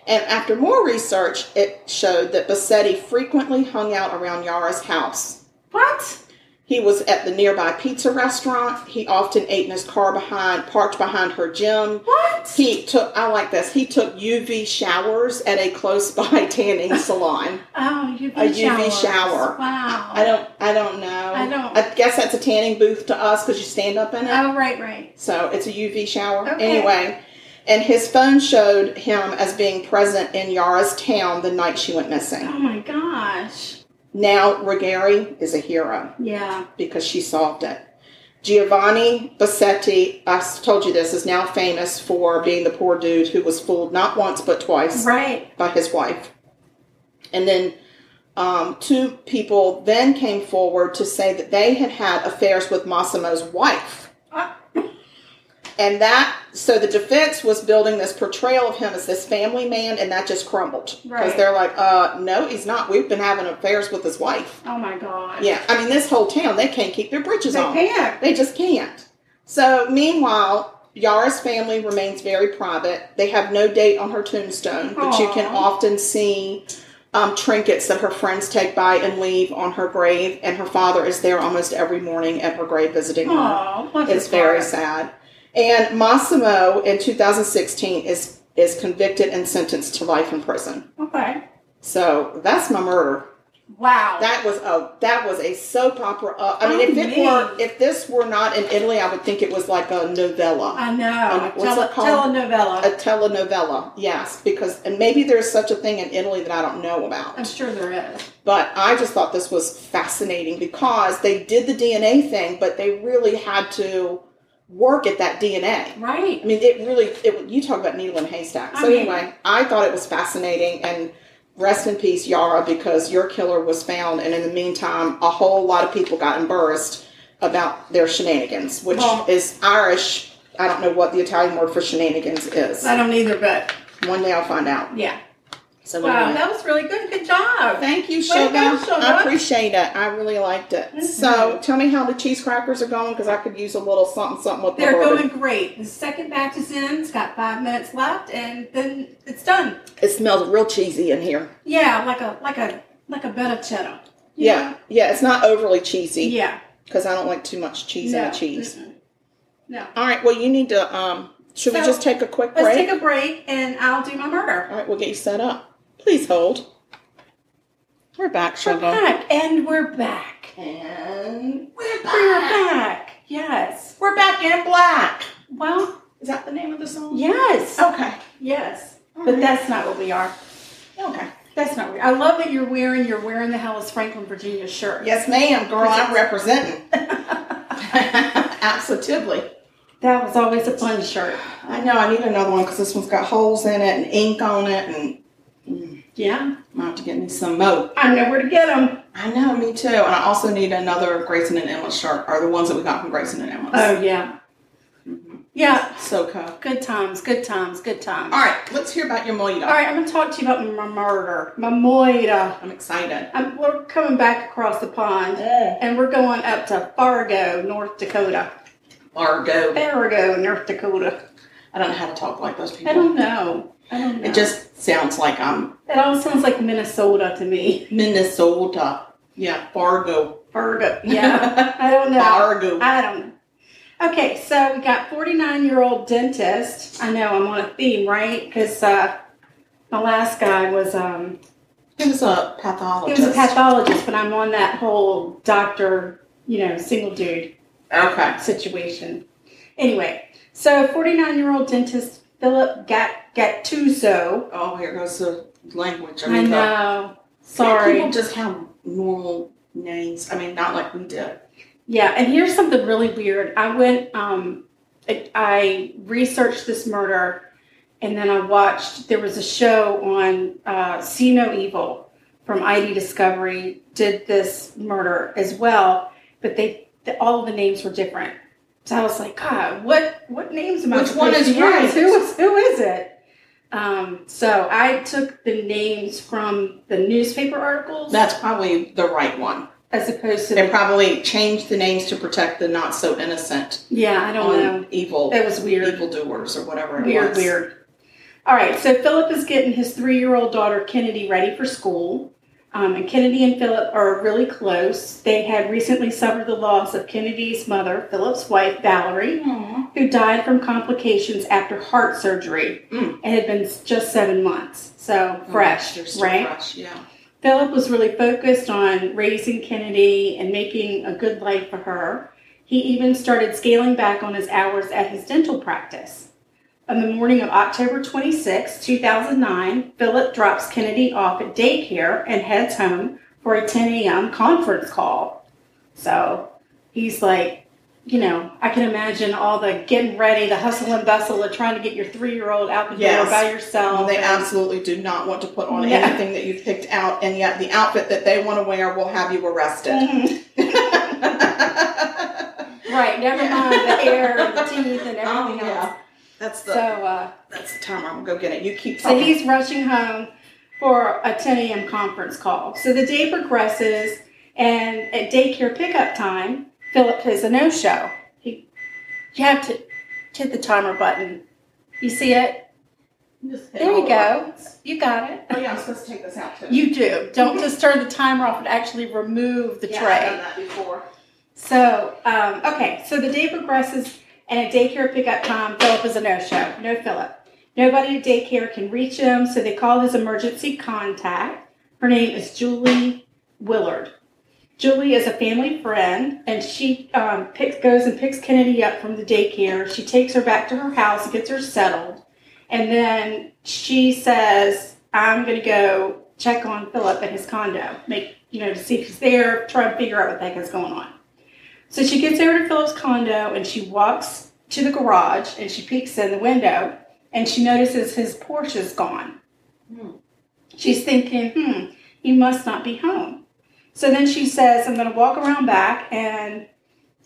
Speaker 1: And after more research, it showed that Bassetti frequently hung out around Yara's house.
Speaker 2: What?
Speaker 1: He was at the nearby pizza restaurant. He often ate in his car behind, parked behind her gym.
Speaker 2: What?
Speaker 1: He took, I like this, he took UV showers at a close by tanning salon.
Speaker 2: oh, UV
Speaker 1: A UV
Speaker 2: showers.
Speaker 1: shower.
Speaker 2: Wow.
Speaker 1: I don't, I don't know.
Speaker 2: I don't-
Speaker 1: I guess that's a tanning booth to us because you stand up in it.
Speaker 2: Oh, right, right.
Speaker 1: So it's a UV shower.
Speaker 2: Okay.
Speaker 1: Anyway, and his phone showed him as being present in Yara's town the night she went missing.
Speaker 2: Oh my gosh.
Speaker 1: Now Regari is a hero
Speaker 2: Yeah.
Speaker 1: because she solved it. Giovanni Bassetti, I s- told you this, is now famous for being the poor dude who was fooled not once but twice
Speaker 2: Right.
Speaker 1: by his wife. And then um, two people then came forward to say that they had had affairs with Massimo's wife.
Speaker 2: Uh,
Speaker 1: And that, so the defense was building this portrayal of him as this family man, and that just crumbled. Because
Speaker 2: Right.
Speaker 1: they're like, uh, no, he's not. We've been having affairs with his wife.
Speaker 2: oh my gosh.
Speaker 1: Yeah, I mean, this whole town, they can't keep their britches
Speaker 2: They
Speaker 1: on.
Speaker 2: can't.
Speaker 1: They just can't. So, meanwhile, Yara's family remains very private. They have no date on her tombstone, but you can
Speaker 2: Aw.
Speaker 1: often see um, trinkets that her friends take by and leave on her grave, and her father is there almost every morning at her grave visiting her.
Speaker 2: Oh, bless his
Speaker 1: It's very
Speaker 2: heart.
Speaker 1: sad. And Massimo in 2016 is is convicted and sentenced to life in prison.
Speaker 2: Okay.
Speaker 1: So that's my murder.
Speaker 2: Wow.
Speaker 1: That was a that was a soap opera. Uh, I mean,
Speaker 2: Oh,
Speaker 1: if it were
Speaker 2: man.
Speaker 1: if this were not in Italy, I would think it was like a novella,
Speaker 2: I know.
Speaker 1: um, what's it called? a
Speaker 2: telenovela.
Speaker 1: telenovela. Yes, because and maybe there's such a thing in Italy that I don't know about.
Speaker 2: I'm sure there is.
Speaker 1: But I just thought this was fascinating because they did the DNA thing, but they really had to work at that DNA. I
Speaker 2: Right.
Speaker 1: mean, it really, it, you talk about needle and haystack. So,
Speaker 2: I mean-
Speaker 1: anyway, I thought it was fascinating and rest in peace, Yara, because your killer was found. And in the meantime, a whole lot of people got embarrassed about their shenanigans, which
Speaker 2: Well-
Speaker 1: is Irish. I don't know what the Italian word for shenanigans is.
Speaker 2: I don't either, but
Speaker 1: One day I'll find out.
Speaker 2: yeah.
Speaker 1: So,
Speaker 2: Wow,
Speaker 1: anyway.
Speaker 2: that was really good. Good job.
Speaker 1: Thank you,
Speaker 2: Way to
Speaker 1: Sugar.
Speaker 2: go, Sugar.
Speaker 1: I appreciate it. I really liked it.
Speaker 2: Mm-hmm.
Speaker 1: So, tell me how the cheese crackers are going because I could use a little something, something with the
Speaker 2: They're
Speaker 1: bourbon.
Speaker 2: going great. The second batch is in. It's got five minutes left, and then it's done.
Speaker 1: It smells real cheesy in here.
Speaker 2: Yeah, like a like a like a bed of cheddar. You
Speaker 1: Yeah,
Speaker 2: know?
Speaker 1: yeah, it's not overly cheesy
Speaker 2: Yeah.
Speaker 1: because I don't like too much cheese in
Speaker 2: no.
Speaker 1: a cheese.
Speaker 2: mm-mm. No.
Speaker 1: All right, well, you need to. um Should we
Speaker 2: So,
Speaker 1: just take a quick
Speaker 2: Let's
Speaker 1: break?
Speaker 2: take a break, and I'll do my murder.
Speaker 1: All right, we'll get you set up. Please hold. We're back,
Speaker 2: We're
Speaker 1: Sugar.
Speaker 2: back, and we're back.
Speaker 1: And
Speaker 2: We're back. Yes.
Speaker 1: we're back in black.
Speaker 2: Well,
Speaker 1: Is that the name of the song?
Speaker 2: yes.
Speaker 1: Okay.
Speaker 2: Yes.
Speaker 1: Oh, All
Speaker 2: But
Speaker 1: right.
Speaker 2: that's not what we are.
Speaker 1: Okay.
Speaker 2: That's not weird. I love that you're wearing you're wearing the Hellas Franklin Virginia shirt.
Speaker 1: Yes, ma'am, girl. I'm representing. Absolutely.
Speaker 2: That was always a fun shirt.
Speaker 1: I know. I need another one because this one's got holes in it and ink on it, and
Speaker 2: Yeah.
Speaker 1: I have to get me some more.
Speaker 2: I know where to get them.
Speaker 1: I know, me too. And I also need another Grayson and Emma shirt, or the ones that we got from Grayson and Emma.
Speaker 2: Oh yeah. Yeah.
Speaker 1: SoCo.
Speaker 2: Good times, good times, good times.
Speaker 1: All right, let's hear about your moita.
Speaker 2: All right, I'm going to talk to you about my murder, my moita.
Speaker 1: I'm excited.
Speaker 2: Um, we're coming back across the pond, and we're going up to Fargo, North Dakota.
Speaker 1: Argo.
Speaker 2: Fargo, North Dakota.
Speaker 1: I don't know how to talk like those people.
Speaker 2: I don't know. I don't know.
Speaker 1: It just sounds like um, I'm
Speaker 2: It all sounds like Minnesota to me.
Speaker 1: Minnesota. Yeah, Fargo.
Speaker 2: Fargo. Yeah. I don't know.
Speaker 1: Fargo.
Speaker 2: I don't know. Okay, so we got 49 year old dentist. I know I'm on a theme, right? Because uh, my last guy was um,
Speaker 1: He was a
Speaker 2: he
Speaker 1: pathologist.
Speaker 2: was a pathologist, but I'm on that whole doctor, you know, single dude
Speaker 1: Okay.
Speaker 2: situation. Anyway, so 49 year old dentist Philip Gat- Gattuso.
Speaker 1: Oh, here goes the language.
Speaker 2: I
Speaker 1: the-
Speaker 2: know.
Speaker 1: People
Speaker 2: Sorry.
Speaker 1: just have normal names. I mean, not like we did.
Speaker 2: Yeah, and here's something really weird. I went, um, I, I researched this murder, and then I watched. There was a show on uh, See No Evil from ID Discovery did this murder as well, but they the, all the names were different. So I was like, God, what what names am I?
Speaker 1: Which one
Speaker 2: supposed
Speaker 1: is
Speaker 2: to use?
Speaker 1: right?
Speaker 2: Who is who is it? Um, so I took the names from the newspaper articles
Speaker 1: That's probably the right one.
Speaker 2: as opposed to
Speaker 1: They
Speaker 2: the,
Speaker 1: probably changed the names to protect the not so innocent
Speaker 2: yeah, I don't know.
Speaker 1: on evil
Speaker 2: That was weird.
Speaker 1: evil doers or whatever it
Speaker 2: Weird,
Speaker 1: was.
Speaker 2: weird. All right, so Philip is getting his three year old daughter Kennedy ready for school. Um, and Kennedy and Philip are really close. They had recently suffered the loss of Kennedy's mother, Philip's wife, Valerie,
Speaker 1: Aw.
Speaker 2: who died from complications after heart surgery
Speaker 1: Mm. Oh,
Speaker 2: and had been just seven months. So fresh,
Speaker 1: They're still
Speaker 2: right?
Speaker 1: Fresh, yeah.
Speaker 2: Philip was really focused on raising Kennedy and making a good life for her. He even started scaling back on his hours at his dental practice. On the morning of October 26, 2009, Philip drops Kennedy off at daycare and heads home for a 10 a.m. conference call. So he's like, you know, I can imagine all the getting ready, the hustle and bustle of trying to get your three year old out the
Speaker 1: Yes.
Speaker 2: door by yourself.
Speaker 1: they
Speaker 2: and-
Speaker 1: absolutely do not want to put on
Speaker 2: No.
Speaker 1: anything that you've picked out, and yet the outfit that they want to wear will have you arrested.
Speaker 2: Mhm. Right, never mind the hair and the teeth and everything
Speaker 1: Oh, yeah.
Speaker 2: else.
Speaker 1: That's
Speaker 2: So,
Speaker 1: the
Speaker 2: uh,
Speaker 1: that's the time I'm gonna go get it. You keep
Speaker 2: so
Speaker 1: talking.
Speaker 2: he's rushing home for a 10 a.m. conference call. So the day progresses, and at daycare pickup time, Philip is a no-show. He, you have to hit the timer button. You see it?
Speaker 1: Just hit
Speaker 2: There
Speaker 1: all
Speaker 2: you
Speaker 1: the
Speaker 2: go.
Speaker 1: buttons.
Speaker 2: You got it.
Speaker 1: Oh yeah, I'm supposed to take this out too.
Speaker 2: You do. Don't just turn the timer off and actually remove the
Speaker 1: yeah,
Speaker 2: tray.
Speaker 1: I've done that before.
Speaker 2: So, um, okay, so the day progresses, and at daycare pickup time, Philip is a no show. No Philip. Nobody at daycare can reach him, so they call his emergency contact. Her name is Julie Willard. Julie is a family friend, and she um, picks, goes and picks Kennedy up from the daycare. She takes her back to her house, gets her settled, and then she says, "I'm going to go check on Philip at his condo, make you know to see if he's there, try and figure out what the heck is going on." So she gets over to Philip's condo and she walks to the garage and she peeks in the window and she notices his Porsche is gone.
Speaker 1: Hmm.
Speaker 2: She's thinking, hmm, he must not be home. So then she says, I'm going to walk around back. And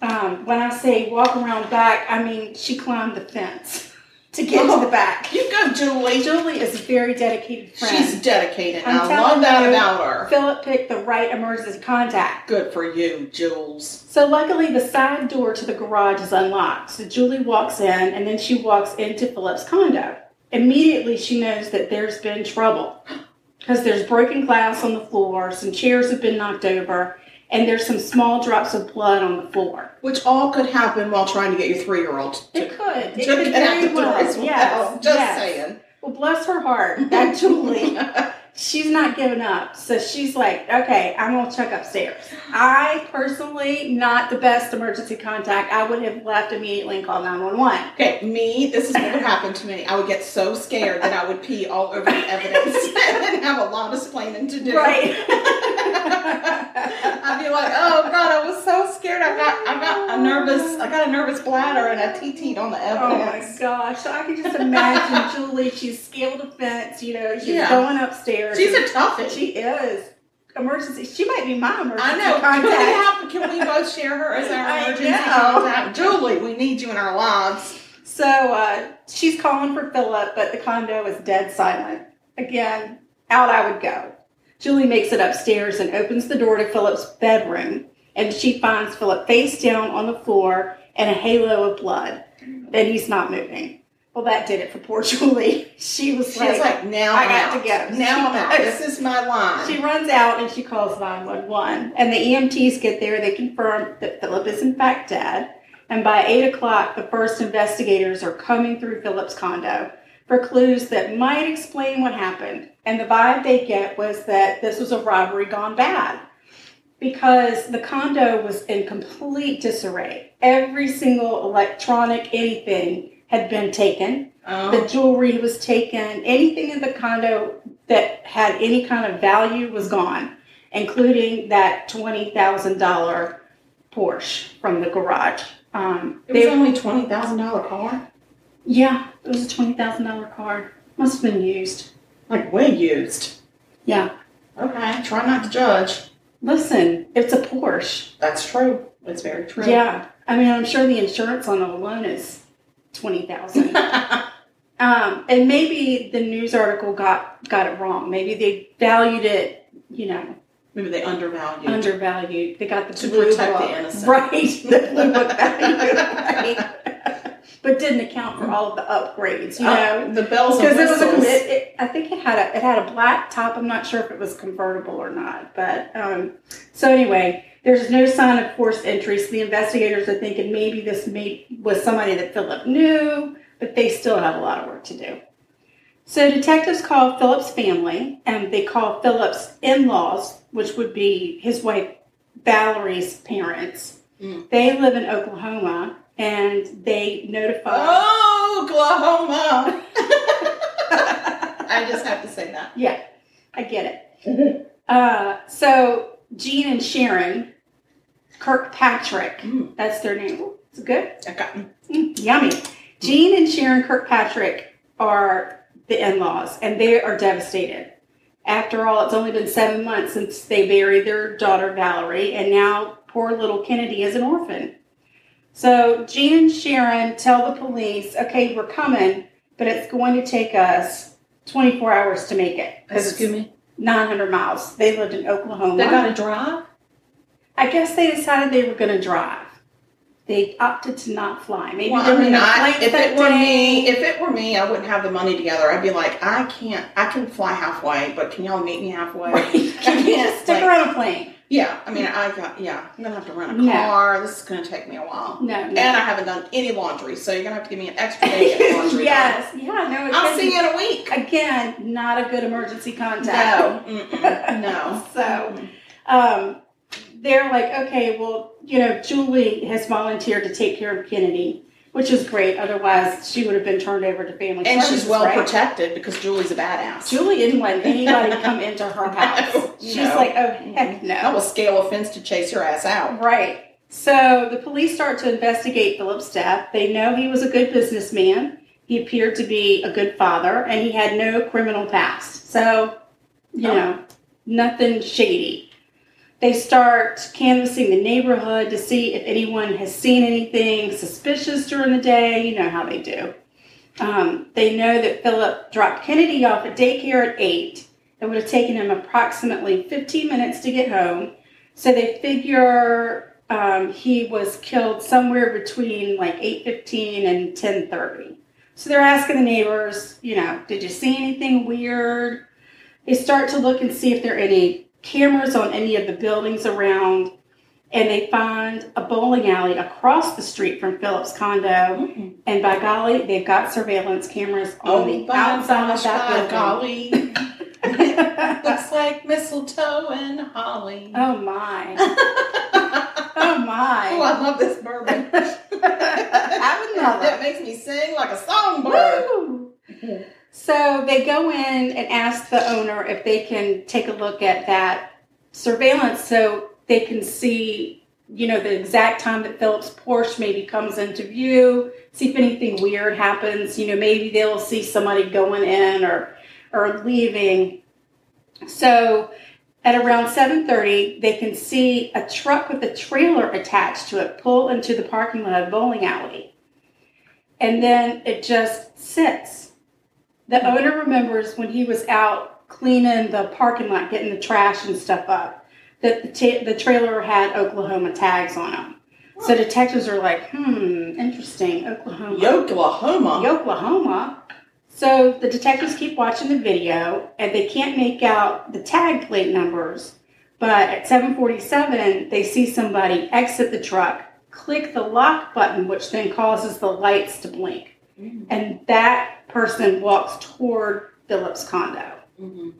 Speaker 2: um, when I say walk around back, I mean she climbed the fence to get to the back.
Speaker 1: You go, Julie.
Speaker 2: Julie is a very dedicated friend.
Speaker 1: She's dedicated.
Speaker 2: I'm
Speaker 1: i
Speaker 2: telling
Speaker 1: love that
Speaker 2: you.
Speaker 1: about her.
Speaker 2: Philip picked the right emergency contact.
Speaker 1: Good for you, Jules.
Speaker 2: So luckily, the side door to the garage is unlocked. So Julie walks in, and then she walks into Philip's condo. Immediately, she knows that there's been trouble because there's broken glass on the floor, some chairs have been knocked over, and there's some small drops of blood on the floor.
Speaker 1: Which all could happen while trying to get your three-year-old to,
Speaker 2: It could.
Speaker 1: to
Speaker 2: It could
Speaker 1: get out the
Speaker 2: very
Speaker 1: door
Speaker 2: well.
Speaker 1: as well.
Speaker 2: Yes.
Speaker 1: Just
Speaker 2: yes.
Speaker 1: saying.
Speaker 2: Well, bless her heart. That Julie. she's not giving up. So she's like, okay, I'm gonna check upstairs. I personally not the best emergency contact. I would have left immediately and called 911.
Speaker 1: Okay, me, this is what would happen to me. I would get so scared that I would pee all over the evidence and have a lot of explaining to do.
Speaker 2: Right.
Speaker 1: I'd be like, oh god, I was so scared. I got I got a nervous I got a nervous bladder and I TT'd on the
Speaker 2: Oh my
Speaker 1: evidence.
Speaker 2: gosh. So I can just imagine Julie, she's scaled a fence, you know, she's
Speaker 1: Yeah.
Speaker 2: going upstairs.
Speaker 1: She's a toughie.
Speaker 2: she is. emergency. She might be my emergency
Speaker 1: I know. Can we,
Speaker 2: contact.
Speaker 1: have, can we both share her as our
Speaker 2: I
Speaker 1: emergency
Speaker 2: know.
Speaker 1: contact? Julie, we need you in our lives.
Speaker 2: So uh, she's calling for Philip, but the condo is dead silent. Again, out I would go. Julie makes it upstairs and opens the door to Philip's bedroom, and she finds Philip face down on the floor and a halo of blood. Then he's not moving. Well, that did it for poor Julie. She was
Speaker 1: She's
Speaker 2: like,
Speaker 1: like, now
Speaker 2: I
Speaker 1: I'm
Speaker 2: got
Speaker 1: out.
Speaker 2: to go.
Speaker 1: Now I'm out.
Speaker 2: She-
Speaker 1: This is my line.
Speaker 2: she runs out and she calls 911. And the EMTs get there. They confirm that Philip is in fact dead. And by 8 o'clock, the first investigators are combing through Philip's condo for clues that might explain what happened. And the vibe they get was that this was a robbery gone bad because the condo was in complete disarray. Every single electronic anything had been taken. The
Speaker 1: oh,
Speaker 2: jewelry was taken. Anything in the condo that had any kind of value was gone, including that twenty thousand dollar Porsche from the garage. Um,
Speaker 1: it was
Speaker 2: they,
Speaker 1: only $20,000 car.
Speaker 2: yeah, it was a twenty thousand dollar car. Must have been used.
Speaker 1: Like, way used.
Speaker 2: Yeah.
Speaker 1: Okay, try not to judge.
Speaker 2: Listen, it's a Porsche.
Speaker 1: That's true. It's very true.
Speaker 2: Yeah. I mean, I'm sure the insurance on it alone is twenty thousand. Um, and maybe the news article got got it wrong. Maybe they valued it, you know,
Speaker 1: Maybe they undervalued.
Speaker 2: undervalued. They got the
Speaker 1: To
Speaker 2: blue
Speaker 1: protect
Speaker 2: book.
Speaker 1: the innocent.
Speaker 2: right? The blue book value, right? but didn't account for all of the upgrades, you
Speaker 1: Uh,
Speaker 2: know.
Speaker 1: the bells and
Speaker 2: Because it was a,
Speaker 1: whistles.
Speaker 2: it, it, I think it had a, it had a black top. I'm not sure if it was convertible or not, but um, so anyway, there's no sign of forced entry. So the investigators are thinking maybe this may, was somebody that Philip knew, but they still have a lot of work to do. So detectives call Philip's family, and they call Philip's in-laws, which would be his wife Valerie's parents.
Speaker 1: Mm.
Speaker 2: They live in Oklahoma, and they notify.
Speaker 1: Oh, Oklahoma. I just have to say that.
Speaker 2: Yeah, I get it. uh, so Gene and Sharon Kirkpatrick,
Speaker 1: Mm.
Speaker 2: that's their name. Ooh, It's good.
Speaker 1: Okay.
Speaker 2: Mm, yummy. Gene and Sharon Kirkpatrick are the in laws, and they are devastated. After all, it's only been seven months since they buried their daughter Valerie, and now poor little Kennedy is an orphan. So Gene and Sharon tell the police, okay, we're coming, but it's going to take us 24 hours to make it. 'cause it's
Speaker 1: Excuse me.
Speaker 2: 900 miles. They lived in Oklahoma.
Speaker 1: They got to drive.
Speaker 2: I guess they decided they were going to drive. They opted to not fly. Maybe
Speaker 1: Well,
Speaker 2: they
Speaker 1: I
Speaker 2: were
Speaker 1: mean,
Speaker 2: gonna
Speaker 1: I,
Speaker 2: fly
Speaker 1: if
Speaker 2: that
Speaker 1: it were
Speaker 2: day.
Speaker 1: me, if it were me, I wouldn't have the money together. I'd be like, I can't. I can fly halfway, but can y'all meet me halfway?
Speaker 2: Right. you can't
Speaker 1: can't,
Speaker 2: stick
Speaker 1: like-
Speaker 2: around a plane.
Speaker 1: Yeah. I mean, I got. Yeah. I'm gonna have to rent a
Speaker 2: No.
Speaker 1: car. This is gonna take me a while,
Speaker 2: No, no.
Speaker 1: and I haven't done any laundry, so you're gonna have to give me an extra day of laundry.
Speaker 2: yes, yeah, no. it
Speaker 1: I'll
Speaker 2: couldn't-
Speaker 1: see you in a week.
Speaker 2: Again, not a good emergency contact.
Speaker 1: No. Mm-mm. No.
Speaker 2: So um, they're like, okay, well, you know, Julie has volunteered to take care of Kennedy, which is great. Otherwise, she would have been turned over to family.
Speaker 1: And
Speaker 2: services,
Speaker 1: she's well
Speaker 2: right?
Speaker 1: protected because Julie's a badass.
Speaker 2: Julie didn't let anybody come into her house.
Speaker 1: No,
Speaker 2: She's
Speaker 1: no.
Speaker 2: like, oh heck
Speaker 1: That
Speaker 2: no.
Speaker 1: will scale a fence to chase your ass out.
Speaker 2: Right. So the police start to investigate Philip's death. They know he was a good businessman. He appeared to be a good father, and he had no criminal past. So, you
Speaker 1: Oh.
Speaker 2: know, nothing shady. They start canvassing the neighborhood to see if anyone has seen anything suspicious during the day. You know how they do. Um, they know that Philip dropped Kennedy off at daycare at 8. It would have taken him approximately 15 minutes to get home. So they figure um, he was killed somewhere between like 8.15 and 10.30. So they're asking the neighbors, you know, did you see anything weird? They start to look and see if there are any cameras on any of the buildings around. And they find a bowling alley across the street from Phillips' condo. And by golly, they've got surveillance cameras on the
Speaker 1: by
Speaker 2: outside of
Speaker 1: Oh gosh, by
Speaker 2: that building.
Speaker 1: golly. Looks like mistletoe and holly.
Speaker 2: oh my! Oh
Speaker 1: Oh,
Speaker 2: my!
Speaker 1: I love this bourbon.
Speaker 2: I would love
Speaker 1: that
Speaker 2: it.
Speaker 1: makes me sing like a songbird.
Speaker 2: Woo! So they go in and ask the owner if they can take a look at that surveillance, so they can see, you know, the exact time that Phillips Porsche maybe comes into view. See if anything weird happens. You know, maybe they'll see somebody going in or or leaving. So At around 7:30, they can see a truck with a trailer attached to it pull into the parking lot of bowling alley. And then it just sits. The owner remembers when he was out cleaning the parking lot, getting the trash and stuff up, that the, ta- the trailer had Oklahoma tags on them. So detectives are like, hmm, interesting, Oklahoma.
Speaker 1: Yoklahoma.
Speaker 2: Oklahoma. So the detectives keep watching the video and they can't make out the tag plate numbers. But at 747, they see somebody exit the truck, click the lock button, which then causes the lights to blink.
Speaker 1: Mhm.
Speaker 2: And that person walks toward Phillips' condo. Mm-hmm.
Speaker 1: Mhm.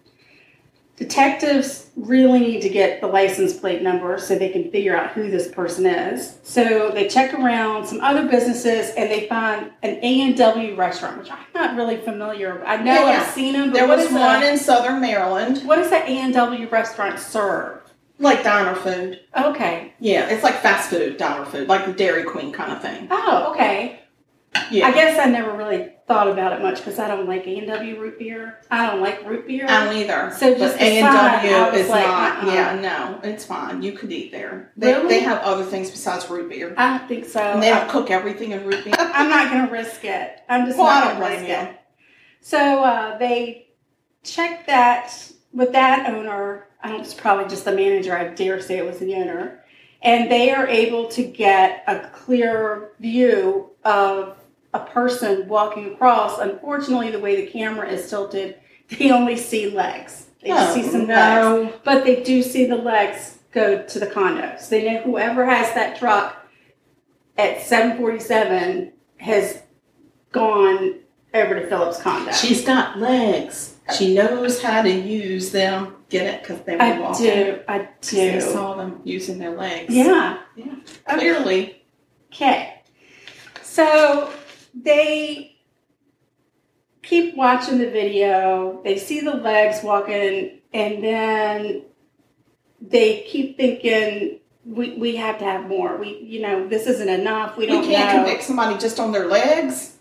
Speaker 2: Detectives really need to get the license plate number so they can figure out who this person is. So they check around some other businesses and they find an A and W restaurant, which I'm not really familiar. with. I know
Speaker 1: Yeah, yeah.
Speaker 2: I've seen them. But
Speaker 1: There was
Speaker 2: what is
Speaker 1: one
Speaker 2: A,
Speaker 1: in Southern Maryland,
Speaker 2: what does that A and W restaurant serve?
Speaker 1: like diner food.
Speaker 2: Okay.
Speaker 1: Yeah, it's like fast food diner food, like the Dairy Queen kind of thing.
Speaker 2: Oh, okay.
Speaker 1: Yeah,
Speaker 2: I guess I never really thought about it much because I don't like A and W root beer. I don't like root beer.
Speaker 1: I don't either.
Speaker 2: So just
Speaker 1: but A
Speaker 2: the sign,
Speaker 1: and
Speaker 2: I
Speaker 1: W
Speaker 2: was
Speaker 1: is
Speaker 2: like,
Speaker 1: not.
Speaker 2: uh-uh.
Speaker 1: Yeah, no, it's fine. You could eat there. They,
Speaker 2: Really? Oh,
Speaker 1: they have other things besides root beer,
Speaker 2: I don't think so.
Speaker 1: and they don't cook everything in root beer.
Speaker 2: I'm not going to risk it. I'm just
Speaker 1: Well, I
Speaker 2: not
Speaker 1: don't
Speaker 2: going to
Speaker 1: blame
Speaker 2: risk
Speaker 1: you.
Speaker 2: it. So uh, they checked that with that owner. I don't, it's probably just the manager. I dare say it was the owner. And they are able to get a clear view of a person walking across. Unfortunately, the way the camera is tilted, they only see legs. They
Speaker 1: Oh,
Speaker 2: see some legs.
Speaker 1: no.
Speaker 2: But they do see the legs go to the condo. So they know whoever has that truck at 747 has gone over to Phillips' condo.
Speaker 1: She's got legs. She knows how to use them. Get it? Because they were
Speaker 2: I
Speaker 1: walking.
Speaker 2: do. I
Speaker 1: 'Cause They
Speaker 2: do.
Speaker 1: saw them using their legs.
Speaker 2: Yeah.
Speaker 1: Yeah.
Speaker 2: Okay.
Speaker 1: Clearly.
Speaker 2: Okay. So they keep watching the video. They see the legs walking, and then they keep thinking, "We we have to have more. We you know this isn't enough. We
Speaker 1: You
Speaker 2: don't
Speaker 1: can't
Speaker 2: know."
Speaker 1: convict somebody just on their legs.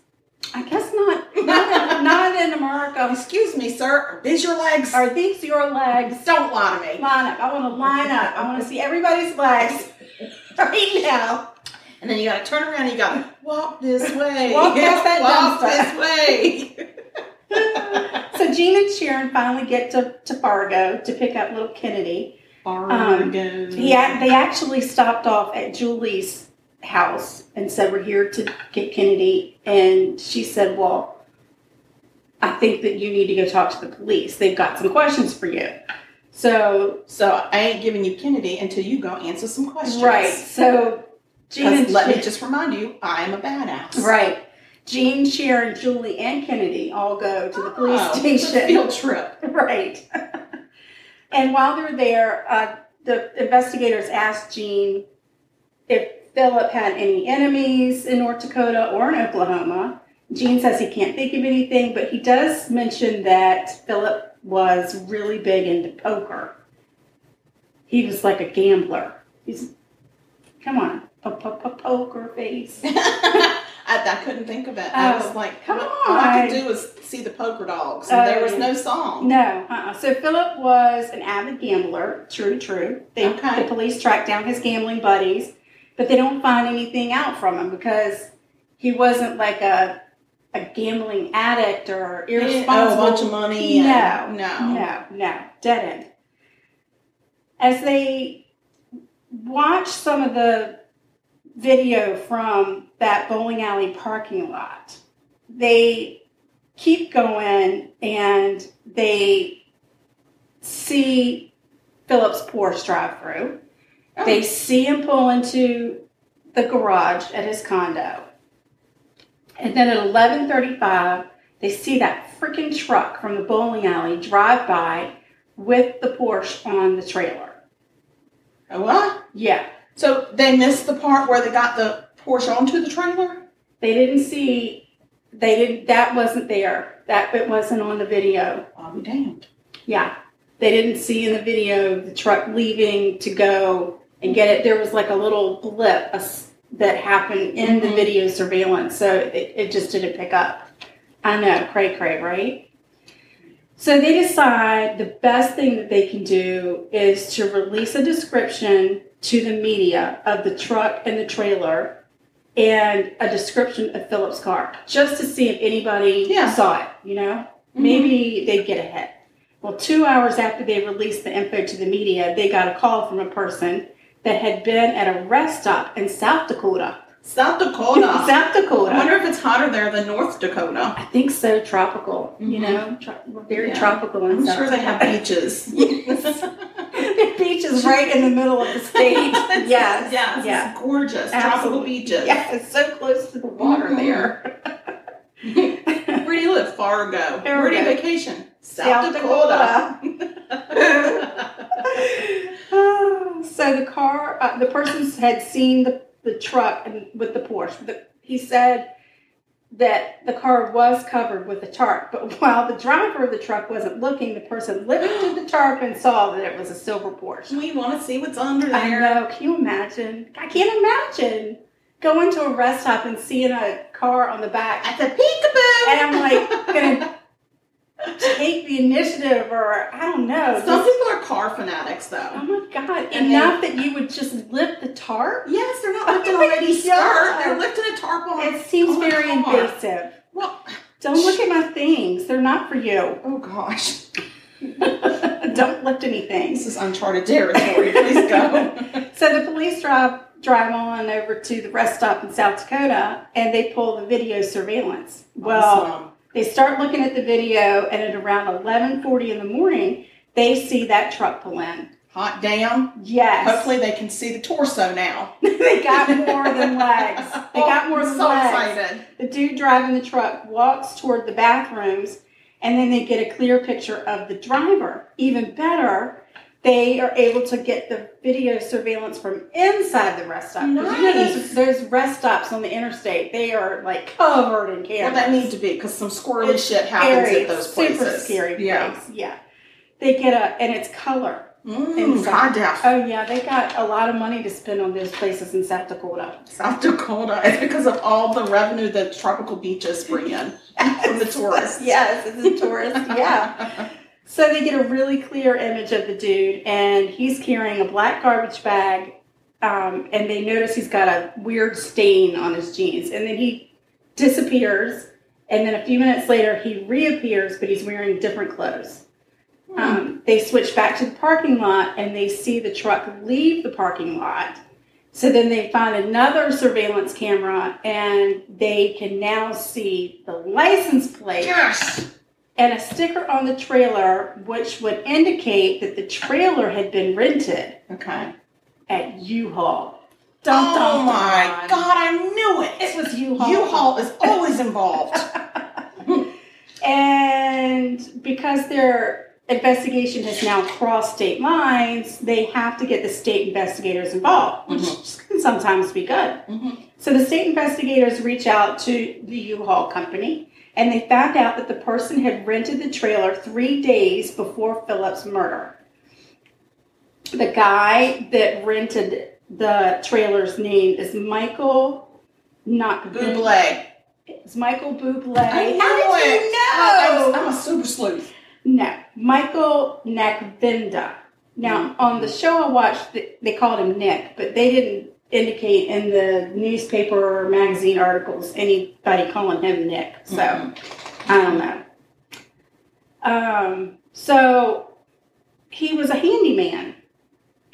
Speaker 2: I guess not. Not in, not in America.
Speaker 1: Excuse me, sir. Is your legs?
Speaker 2: Are these your legs?
Speaker 1: Don't lie to me.
Speaker 2: Line up. I want to line up. I want to see everybody's legs right now.
Speaker 1: And then you gotta turn around and you gotta walk this way.
Speaker 2: Walk past that
Speaker 1: Walk
Speaker 2: dumpster.
Speaker 1: this way.
Speaker 2: so Gene and Sharon finally get to, to Fargo to pick up little Kennedy.
Speaker 1: Fargo.
Speaker 2: He, ac- they actually stopped off at Julie's house and said, We're here to get Kennedy. And she said, Well, I think that you need to go talk to the police. They've got some questions for you. So,
Speaker 1: So I ain't giving you Kennedy until you go answer some questions.
Speaker 2: right. So, Gene
Speaker 1: 'Cause
Speaker 2: and
Speaker 1: let me
Speaker 2: Sha-
Speaker 1: just remind you, I am a badass.
Speaker 2: Right. Gene, Sharon, Julie, and Kennedy all go to the police
Speaker 1: Oh, it's a
Speaker 2: station.
Speaker 1: Field trip.
Speaker 2: Right. and while they're there, uh, the investigators asked Gene if Philip had any enemies in North Dakota or in Oklahoma. Gene says he can't think of anything, but he does mention that Philip was really big into poker. He was like a gambler. He's, come on, po- po- po- poker face.
Speaker 1: I, I couldn't think of it. I
Speaker 2: Oh,
Speaker 1: was like,
Speaker 2: come
Speaker 1: what- all I
Speaker 2: on.
Speaker 1: could do was see the poker dogs, and
Speaker 2: Oh,
Speaker 1: there was
Speaker 2: yeah.
Speaker 1: no song.
Speaker 2: No. Uh-uh. So Philip was an avid gambler. True, true. They,
Speaker 1: Okay.
Speaker 2: The police tracked down his gambling buddies, but they don't find anything out from him because he wasn't like a a gambling addict or
Speaker 1: He didn't owe oh, a
Speaker 2: irresponsible.
Speaker 1: bunch of money. and- no,
Speaker 2: No, no, dead end. As they watch some of the video from that bowling alley parking lot, they keep going and they see Phillips Porsche drive through.
Speaker 1: Oh.
Speaker 2: They see him pull into the garage at his condo. And then at 11:35, they see that freaking truck from the bowling alley drive by with the Porsche on the trailer.
Speaker 1: A What?
Speaker 2: Yeah,
Speaker 1: oh, So they missed the part where they got the Porsche onto the trailer?
Speaker 2: they didn't see. They didn't. That wasn't there. That it wasn't on the video.
Speaker 1: I'll be damned.
Speaker 2: Yeah, they didn't see in the video the truck leaving to go and get it. There was like a little blip a s- that happened in the
Speaker 1: Mhm.
Speaker 2: video surveillance, so it, it just didn't pick up. I know, cray cray, right? So they decide the best thing that they can do is to release a description to the media of the truck and the trailer and a description of Philip's car just to see if anybody
Speaker 1: Yeah.
Speaker 2: saw it, you know? Maybe they'd get a hit. Well, two hours after they released the info to the media, they got a call from a person that had been at a rest stop in South Dakota.
Speaker 1: South Dakota.
Speaker 2: South Dakota.
Speaker 1: I wonder if it's hotter there than North Dakota.
Speaker 2: I think so. Tropical, you
Speaker 1: Mhm.
Speaker 2: know, Tro- we're very
Speaker 1: Yeah.
Speaker 2: tropical and
Speaker 1: I'm
Speaker 2: stuff.
Speaker 1: sure they have beaches.
Speaker 2: Yes. the beach is right in the middle of the state. yes,
Speaker 1: Yes.
Speaker 2: Yeah.
Speaker 1: It's gorgeous. Tropical
Speaker 2: Absolutely.
Speaker 1: beaches.
Speaker 2: yes, it's so close to the water
Speaker 1: Mhm.
Speaker 2: there.
Speaker 1: Where do you live? Fargo.
Speaker 2: There
Speaker 1: Where do
Speaker 2: we
Speaker 1: you
Speaker 2: go.
Speaker 1: vacation?
Speaker 2: South Oh, so the car, uh, the person had seen the, the truck and with the Porsche. The, he said that the car was covered with a tarp, but while the driver of the truck wasn't looking, the person lifted the tarp and saw that it was a silver Porsche.
Speaker 1: we want to see what's under
Speaker 2: I
Speaker 1: there.
Speaker 2: know. Can you imagine? I can't imagine going to a rest stop and seeing a car on the back,
Speaker 1: At the peekaboo.
Speaker 2: and I'm like gonna take the initiative, or I don't know.
Speaker 1: Some
Speaker 2: just-
Speaker 1: people are car fanatics,
Speaker 2: oh
Speaker 1: though.
Speaker 2: my god!
Speaker 1: And
Speaker 2: Enough that you would just lift the tarp.
Speaker 1: Yes, they're not lifting a lady's
Speaker 2: Yeah.
Speaker 1: skirt. They're lifting a tarp on.
Speaker 2: It seems
Speaker 1: Oh my
Speaker 2: very
Speaker 1: God.
Speaker 2: invasive.
Speaker 1: Well,
Speaker 2: Don't look at my things. They're not for you.
Speaker 1: oh gosh,
Speaker 2: don't lift anything.
Speaker 1: this is uncharted territory. Please go.
Speaker 2: So the police drive drive on over to the rest stop in South Dakota, and they pull the video surveillance. Well.
Speaker 1: Awesome.
Speaker 2: They start looking at the video, and at around 11:40 in the morning, they see that truck pull in.
Speaker 1: hot damn.
Speaker 2: Yes,
Speaker 1: Hopefully, they can see the torso now. Oh,
Speaker 2: they got more than legs. They got more
Speaker 1: I'm
Speaker 2: than
Speaker 1: so
Speaker 2: legs.
Speaker 1: excited.
Speaker 2: The dude driving the truck walks toward the bathrooms, and then they get a clear picture of the driver. Even better. They are able to get the video surveillance from inside the rest stop. 'Cause You know those,
Speaker 1: Nice.
Speaker 2: those rest stops on the interstate, they are like covered in
Speaker 1: Well,
Speaker 2: cameras.
Speaker 1: that needs to be because some squirrely shit happens
Speaker 2: scary,
Speaker 1: at those places.
Speaker 2: super scary
Speaker 1: Yeah.
Speaker 2: place. Yeah. They get a, and it's color.
Speaker 1: Mm, God damn.
Speaker 2: Oh, yeah, they got a lot of money to spend on those places in South Dakota.
Speaker 1: South Dakota. It's because of all the revenue that tropical beaches bring in from the tourists.
Speaker 2: Yes, it's a tourist. yeah. So they get a really clear image of the dude, and he's carrying a black garbage bag, um, and they notice he's got a weird stain on his jeans, and then he disappears, and then a few minutes later he reappears, but he's wearing different clothes.
Speaker 1: Hmm.
Speaker 2: Um, they switch back to the parking lot and they see the truck leave the parking lot. So then they find another surveillance camera and they can now see the license plate
Speaker 1: Yes.
Speaker 2: and a sticker on the trailer, which would indicate that the trailer had been rented
Speaker 1: Okay.
Speaker 2: at U-Haul. Dun,
Speaker 1: Oh
Speaker 2: dun,
Speaker 1: my
Speaker 2: dun.
Speaker 1: God! I knew it.
Speaker 2: It was U-Haul.
Speaker 1: U-Haul is always involved.
Speaker 2: And because their investigation has now crossed state lines, they have to get the state investigators involved, which
Speaker 1: Mm-hmm.
Speaker 2: can sometimes be good.
Speaker 1: Mhm.
Speaker 2: So the state investigators reach out to the U-Haul company, and they found out that the person had rented the trailer three days before Phillips' murder. The guy that rented the trailer's name is Michael. Not
Speaker 1: Buble.
Speaker 2: It's Michael Buble.
Speaker 1: knew
Speaker 2: How did
Speaker 1: it.
Speaker 2: you
Speaker 1: I- I
Speaker 2: know?
Speaker 1: was- I'm a super sleuth.
Speaker 2: No, Michael Nakvinda. Now, on the show I watched, th- they called him Nick, but they didn't indicate in the newspaper or magazine articles anybody calling him Nick. So I don't know. Um, so he was a handyman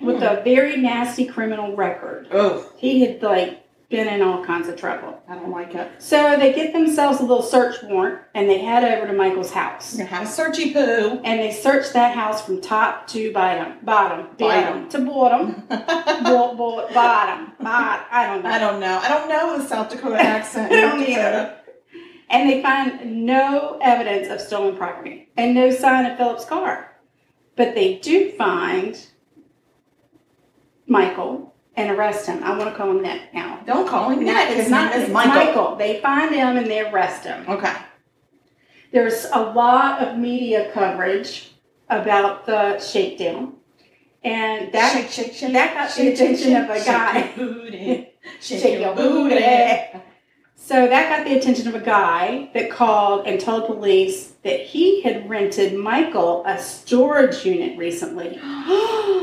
Speaker 2: with a very nasty criminal record.
Speaker 1: Oh,
Speaker 2: He had like been in all kinds of trouble.
Speaker 1: I don't like it.
Speaker 2: So they get themselves a little search warrant and they head over to Michael's house
Speaker 1: I'm gonna have a searchy poo.
Speaker 2: and they searched that house from top to bottom, bottom,
Speaker 1: Bottom.
Speaker 2: bottom to bottom,
Speaker 1: I
Speaker 2: bo- bo- bottom, bottom. I don't know.
Speaker 1: don't know. I don't know the South Dakota accent.
Speaker 2: I don't either. And they find no evidence of stolen property and no sign of Philip's car, but they do find Michael and arrest him. I want to call him Nick now.
Speaker 1: Don't call him that.
Speaker 2: It's not it's Michael. They find him and they arrest him.
Speaker 1: Okay.
Speaker 2: There's a lot of media coverage about the shakedown, and that
Speaker 1: shake, shake, shake.
Speaker 2: that got the attention of a guy.
Speaker 1: Shake your booty.
Speaker 2: Shake your booty. So that got the attention of a guy that called and told police that he had rented Michael a storage unit recently.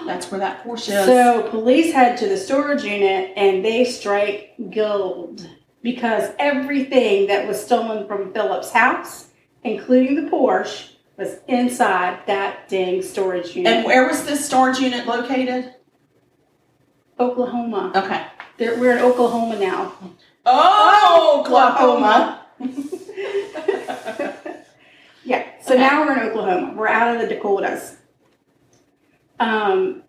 Speaker 1: That's where that horse is.
Speaker 2: so police head to the storage unit and they strike gold because everything that was stolen from Philip's house, including the Porsche, was inside that dang storage unit.
Speaker 1: and where was this storage unit located?
Speaker 2: Oklahoma.
Speaker 1: Okay.
Speaker 2: They're- we're in Oklahoma now.
Speaker 1: Oh, glaucoma.
Speaker 2: Yeah. So
Speaker 1: Okay.
Speaker 2: now we're in Oklahoma. We're out of the Dakotas. Um.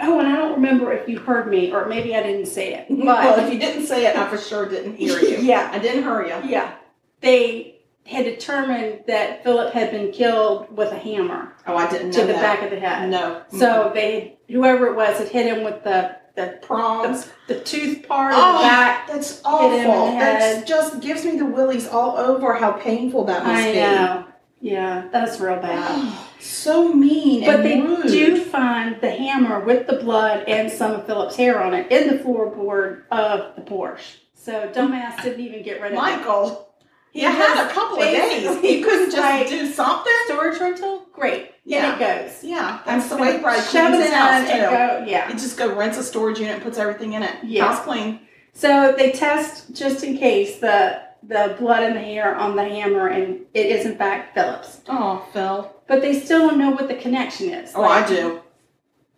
Speaker 2: Oh, and I don't remember if you heard me, or maybe I didn't say it.
Speaker 1: well,
Speaker 2: But
Speaker 1: if you didn't say it, I for sure didn't hear you.
Speaker 2: yeah,
Speaker 1: I didn't hear you.
Speaker 2: yeah, they had determined that Philip had been killed with a hammer
Speaker 1: Oh, I didn't know
Speaker 2: to the
Speaker 1: that.
Speaker 2: back of the head.
Speaker 1: No.
Speaker 2: So they, had, whoever it was, had hit him with the the
Speaker 1: proms.
Speaker 2: the, the tooth part of
Speaker 1: Oh,
Speaker 2: the back.
Speaker 1: that's
Speaker 2: hit him in
Speaker 1: awful.
Speaker 2: the
Speaker 1: That
Speaker 2: head.
Speaker 1: just gives me the willies all over. How painful that must
Speaker 2: I
Speaker 1: be.
Speaker 2: know. Yeah, that's real bad.
Speaker 1: so mean
Speaker 2: But
Speaker 1: and
Speaker 2: they
Speaker 1: rude.
Speaker 2: do find the hammer with the blood and some of Philip's hair on it in the floorboard of the Porsche. So dumbass didn't even get rid of it.
Speaker 1: Michael.
Speaker 2: He
Speaker 1: you had
Speaker 2: just
Speaker 1: a couple of days.
Speaker 2: basically
Speaker 1: You couldn't just
Speaker 2: like,
Speaker 1: do something.
Speaker 2: storage rental. Great,
Speaker 1: Yeah.
Speaker 2: in it goes.
Speaker 1: Yeah, that's the
Speaker 2: gonna
Speaker 1: way Brad
Speaker 2: shove
Speaker 1: cleans
Speaker 2: it
Speaker 1: his
Speaker 2: in
Speaker 1: house
Speaker 2: and
Speaker 1: too.
Speaker 2: go- yeah.
Speaker 1: You just go rents a storage unit, puts everything in it.
Speaker 2: Yeah.
Speaker 1: House clean.
Speaker 2: So they test just in case the the blood and the hair on the hammer, and it is in fact Philip's.
Speaker 1: Oh, Phil.
Speaker 2: But they still don't know what the connection is.
Speaker 1: Oh, I
Speaker 2: Like,
Speaker 1: do.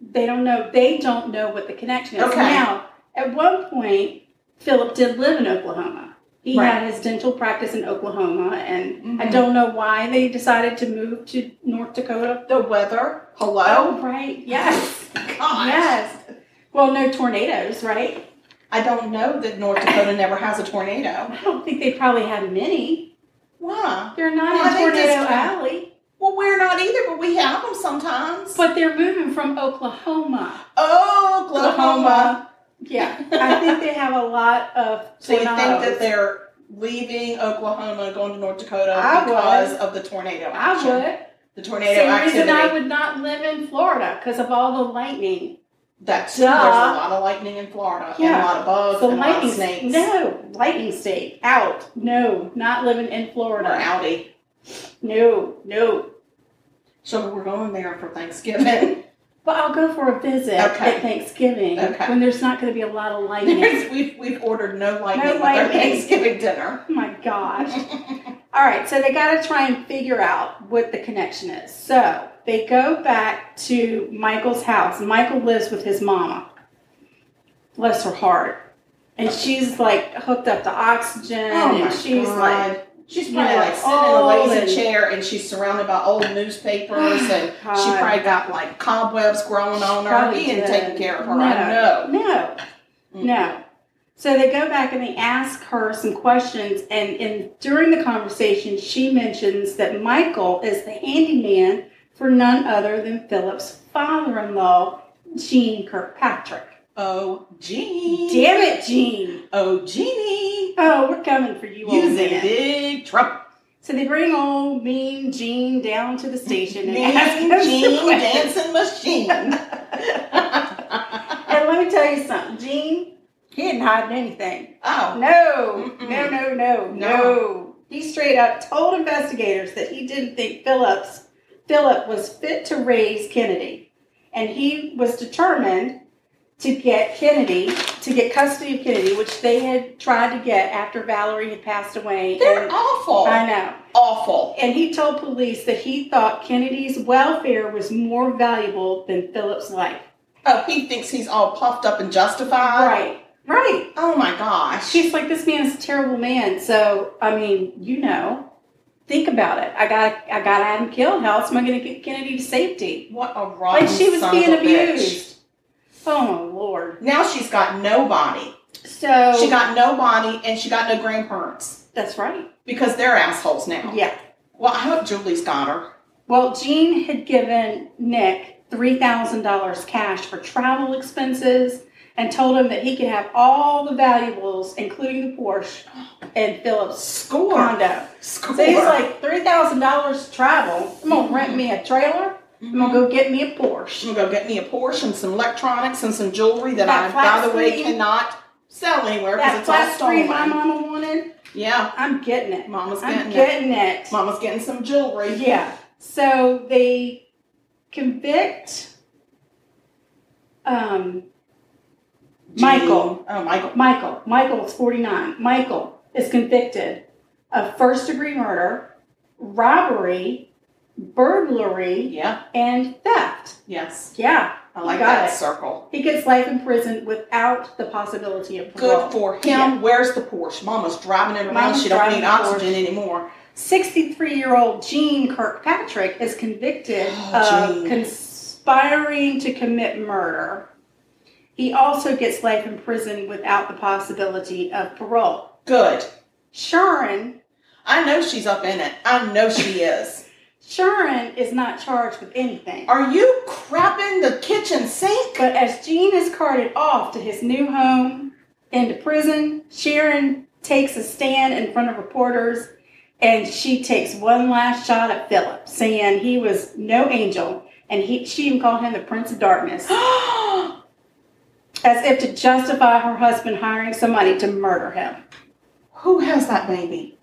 Speaker 2: They don't know. They don't know what the connection is.
Speaker 1: Okay.
Speaker 2: Now, at one point, Philip did live in Oklahoma. He
Speaker 1: Right.
Speaker 2: had his dental practice in Oklahoma, and I
Speaker 1: Mhm.
Speaker 2: don't know why they decided to move to North Dakota.
Speaker 1: The weather. Hello.
Speaker 2: Oh, right. Yes.
Speaker 1: God.
Speaker 2: yes. Well, no tornadoes, right?
Speaker 1: I don't know that North Dakota never has a tornado.
Speaker 2: I don't think they probably had many.
Speaker 1: Why?
Speaker 2: They're not
Speaker 1: Well, I
Speaker 2: in
Speaker 1: think
Speaker 2: Tornado
Speaker 1: that's-
Speaker 2: Alley,
Speaker 1: Well, we're not either, but we have them sometimes.
Speaker 2: but they're moving from Oklahoma.
Speaker 1: oh, Oklahoma.
Speaker 2: Yeah, I think they have a lot of.
Speaker 1: So you think
Speaker 2: tornadoes.
Speaker 1: that they're leaving Oklahoma, going to North Dakota
Speaker 2: I would.
Speaker 1: because of the tornado
Speaker 2: I
Speaker 1: action?
Speaker 2: would.
Speaker 1: The tornado
Speaker 2: Same
Speaker 1: activity.
Speaker 2: reason I would not live in Florida because of all the lightning.
Speaker 1: That's
Speaker 2: Duh.
Speaker 1: there's a lot of lightning in Florida and a
Speaker 2: Yeah.
Speaker 1: lot of bugs
Speaker 2: the
Speaker 1: and a lot
Speaker 2: lightning
Speaker 1: of snakes.
Speaker 2: No, lightning state out. No, not living in
Speaker 1: We're
Speaker 2: Florida.
Speaker 1: outie.
Speaker 2: No, no.
Speaker 1: So we're going there for Thanksgiving.
Speaker 2: But I'll go for a visit
Speaker 1: Okay.
Speaker 2: at Thanksgiving
Speaker 1: Okay.
Speaker 2: when there's not going to be a lot of lightning.
Speaker 1: There's- we've, we've ordered no lightning
Speaker 2: No
Speaker 1: with our
Speaker 2: lightning.
Speaker 1: Thanksgiving dinner.
Speaker 2: oh my gosh. all right, so they got to try and figure out what the connection is. So they go back to Michael's house. Michael lives with his mama. Bless her heart. And she's like hooked up to oxygen, and she's like
Speaker 1: Oh she's
Speaker 2: you
Speaker 1: probably
Speaker 2: know,
Speaker 1: like sitting in a lazy
Speaker 2: old and-
Speaker 1: chair and she's surrounded by old newspapers and she
Speaker 2: God.
Speaker 1: probably got like cobwebs growing on her.
Speaker 2: Probably
Speaker 1: He ain't
Speaker 2: did.
Speaker 1: taking care of her. I
Speaker 2: No.
Speaker 1: know.
Speaker 2: No,
Speaker 1: Mm.
Speaker 2: no. So they go back and they ask her some questions, and in during the conversation, she mentions that Michael is the handyman for none other than Philip's father-in-law, Gene Kirkpatrick.
Speaker 1: Oh, Jeannie.
Speaker 2: Damn it, Gene!
Speaker 1: Oh, Jeannie.
Speaker 2: Oh, we're coming for you, old
Speaker 1: You's in
Speaker 2: man.
Speaker 1: big trouble.
Speaker 2: So they bring old mean Gene down to the station and ask him
Speaker 1: Mean
Speaker 2: some
Speaker 1: Jean
Speaker 2: questions.
Speaker 1: dancing machine.
Speaker 2: And let me tell you something, Gene, he didn't hide anything.
Speaker 1: oh,
Speaker 2: No,
Speaker 1: Mm-mm.
Speaker 2: no, no, no, no. He straight up told investigators that he didn't think Phillips Philip was fit to raise Kennedy, and he was determined to get Kennedy to get custody of Kennedy, which they had tried to get after Valerie had passed away.
Speaker 1: they're
Speaker 2: And-
Speaker 1: awful.
Speaker 2: I know.
Speaker 1: Awful.
Speaker 2: And he told police that he thought Kennedy's welfare was more valuable than Philip's life.
Speaker 1: Oh, he thinks he's all puffed up and justified.
Speaker 2: right. Right.
Speaker 1: Oh my gosh.
Speaker 2: She's like, this man is a terrible man. So I mean, you know, think about it. I got, I got Adam killed. How else am I going to get Kennedy to safety?
Speaker 1: what a rotten
Speaker 2: Like she was
Speaker 1: son
Speaker 2: being
Speaker 1: of a bitch.
Speaker 2: abused. Oh my lord.
Speaker 1: Now she's got nobody.
Speaker 2: So
Speaker 1: She got nobody, and she got no grandparents
Speaker 2: that's right.
Speaker 1: because they're assholes now.
Speaker 2: Yeah.
Speaker 1: Well, I hope Julie's got her.
Speaker 2: Well, Jean had given Nick three thousand dollars cash for travel expenses and told him that he could have all the valuables, including the Porsche and Phillips
Speaker 1: Score.
Speaker 2: condo.
Speaker 1: Score.
Speaker 2: So he's like three thousand dollars travel. I'm gonna rent me a trailer. I'm gonna go get me a
Speaker 1: I'm
Speaker 2: Porsche.
Speaker 1: gonna go get me a Porsche and some electronics and some jewelry that
Speaker 2: That
Speaker 1: I, by the way,
Speaker 2: flaxseed.
Speaker 1: cannot sell anywhere because
Speaker 2: That
Speaker 1: it's all
Speaker 2: flat screen
Speaker 1: stolen.
Speaker 2: my mama wanted,
Speaker 1: Yeah,
Speaker 2: I'm getting it.
Speaker 1: mama's getting
Speaker 2: I'm
Speaker 1: it.
Speaker 2: getting it.
Speaker 1: Mama's getting some jewelry.
Speaker 2: Yeah. So they convict um,
Speaker 1: Gee.
Speaker 2: Michael.
Speaker 1: Oh, Michael.
Speaker 2: Michael. Michael is 49. Michael is convicted of first degree murder, robbery, burglary,
Speaker 1: Yeah.
Speaker 2: and theft.
Speaker 1: Yes.
Speaker 2: Yeah.
Speaker 1: I like
Speaker 2: got
Speaker 1: that
Speaker 2: it.
Speaker 1: circle.
Speaker 2: He gets life in prison without the possibility of parole.
Speaker 1: Good for him.
Speaker 2: Yeah.
Speaker 1: Where's the Porsche? Mama's driving it around.
Speaker 2: Mama's
Speaker 1: she don't
Speaker 2: driving
Speaker 1: need
Speaker 2: the
Speaker 1: oxygen anymore.
Speaker 2: 63 year old Gene Kirkpatrick is convicted
Speaker 1: Oh,
Speaker 2: of
Speaker 1: Gene.
Speaker 2: conspiring to commit murder. He also gets life in prison without the possibility of parole.
Speaker 1: Good.
Speaker 2: Sharon,
Speaker 1: I know she's up in it. I know she is.
Speaker 2: Sharon is not charged with anything.
Speaker 1: Are you crapping the kitchen sink?
Speaker 2: But as Gene is carted off to his new home into prison, Sharon takes a stand in front of reporters and she takes one last shot at Philip, saying he was no angel and he, she even called him the Prince of Darkness, as if to justify her husband hiring somebody to murder him.
Speaker 1: Who has that baby?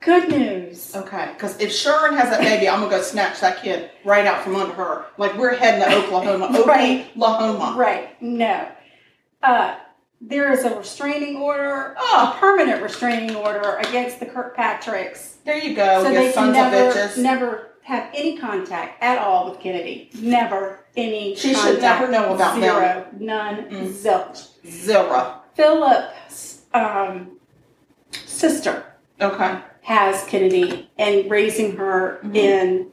Speaker 2: Good news.
Speaker 1: Okay, because if Sharon has that baby, I'm gonna go snatch that kid right out from under her. Like we're heading to Oklahoma,
Speaker 2: Right.
Speaker 1: Oklahoma.
Speaker 2: Right, no. Uh, there is a restraining order, a
Speaker 1: Oh,
Speaker 2: permanent restraining order against the Kirkpatricks.
Speaker 1: there you go.
Speaker 2: so
Speaker 1: you
Speaker 2: they
Speaker 1: sons
Speaker 2: can
Speaker 1: of
Speaker 2: never,
Speaker 1: bitches.
Speaker 2: never have any contact at all with Kennedy. Never any.
Speaker 1: She should
Speaker 2: contact.
Speaker 1: never know about
Speaker 2: Zero,
Speaker 1: them.
Speaker 2: none,
Speaker 1: Mm.
Speaker 2: zilch.
Speaker 1: Zilra.
Speaker 2: Philip's um, sister
Speaker 1: Okay.
Speaker 2: has Kennedy and raising her
Speaker 1: Mhm.
Speaker 2: in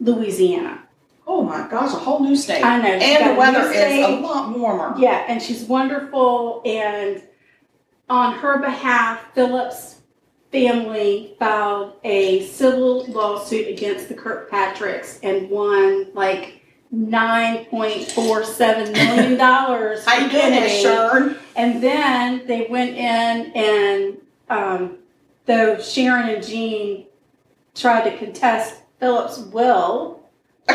Speaker 2: Louisiana.
Speaker 1: Oh my gosh, a whole new state.
Speaker 2: I know. she's
Speaker 1: and
Speaker 2: got a
Speaker 1: the
Speaker 2: new
Speaker 1: weather is a
Speaker 2: state.
Speaker 1: lot warmer.
Speaker 2: Yeah, and she's wonderful. And on her behalf, Phillips' family filed a civil lawsuit against the Kirkpatricks and won like nine point four seven million dollars.
Speaker 1: How you doing, Miss Sharon?
Speaker 2: And then they went in and um, though Sharon and Jean tried to contest Phillips' will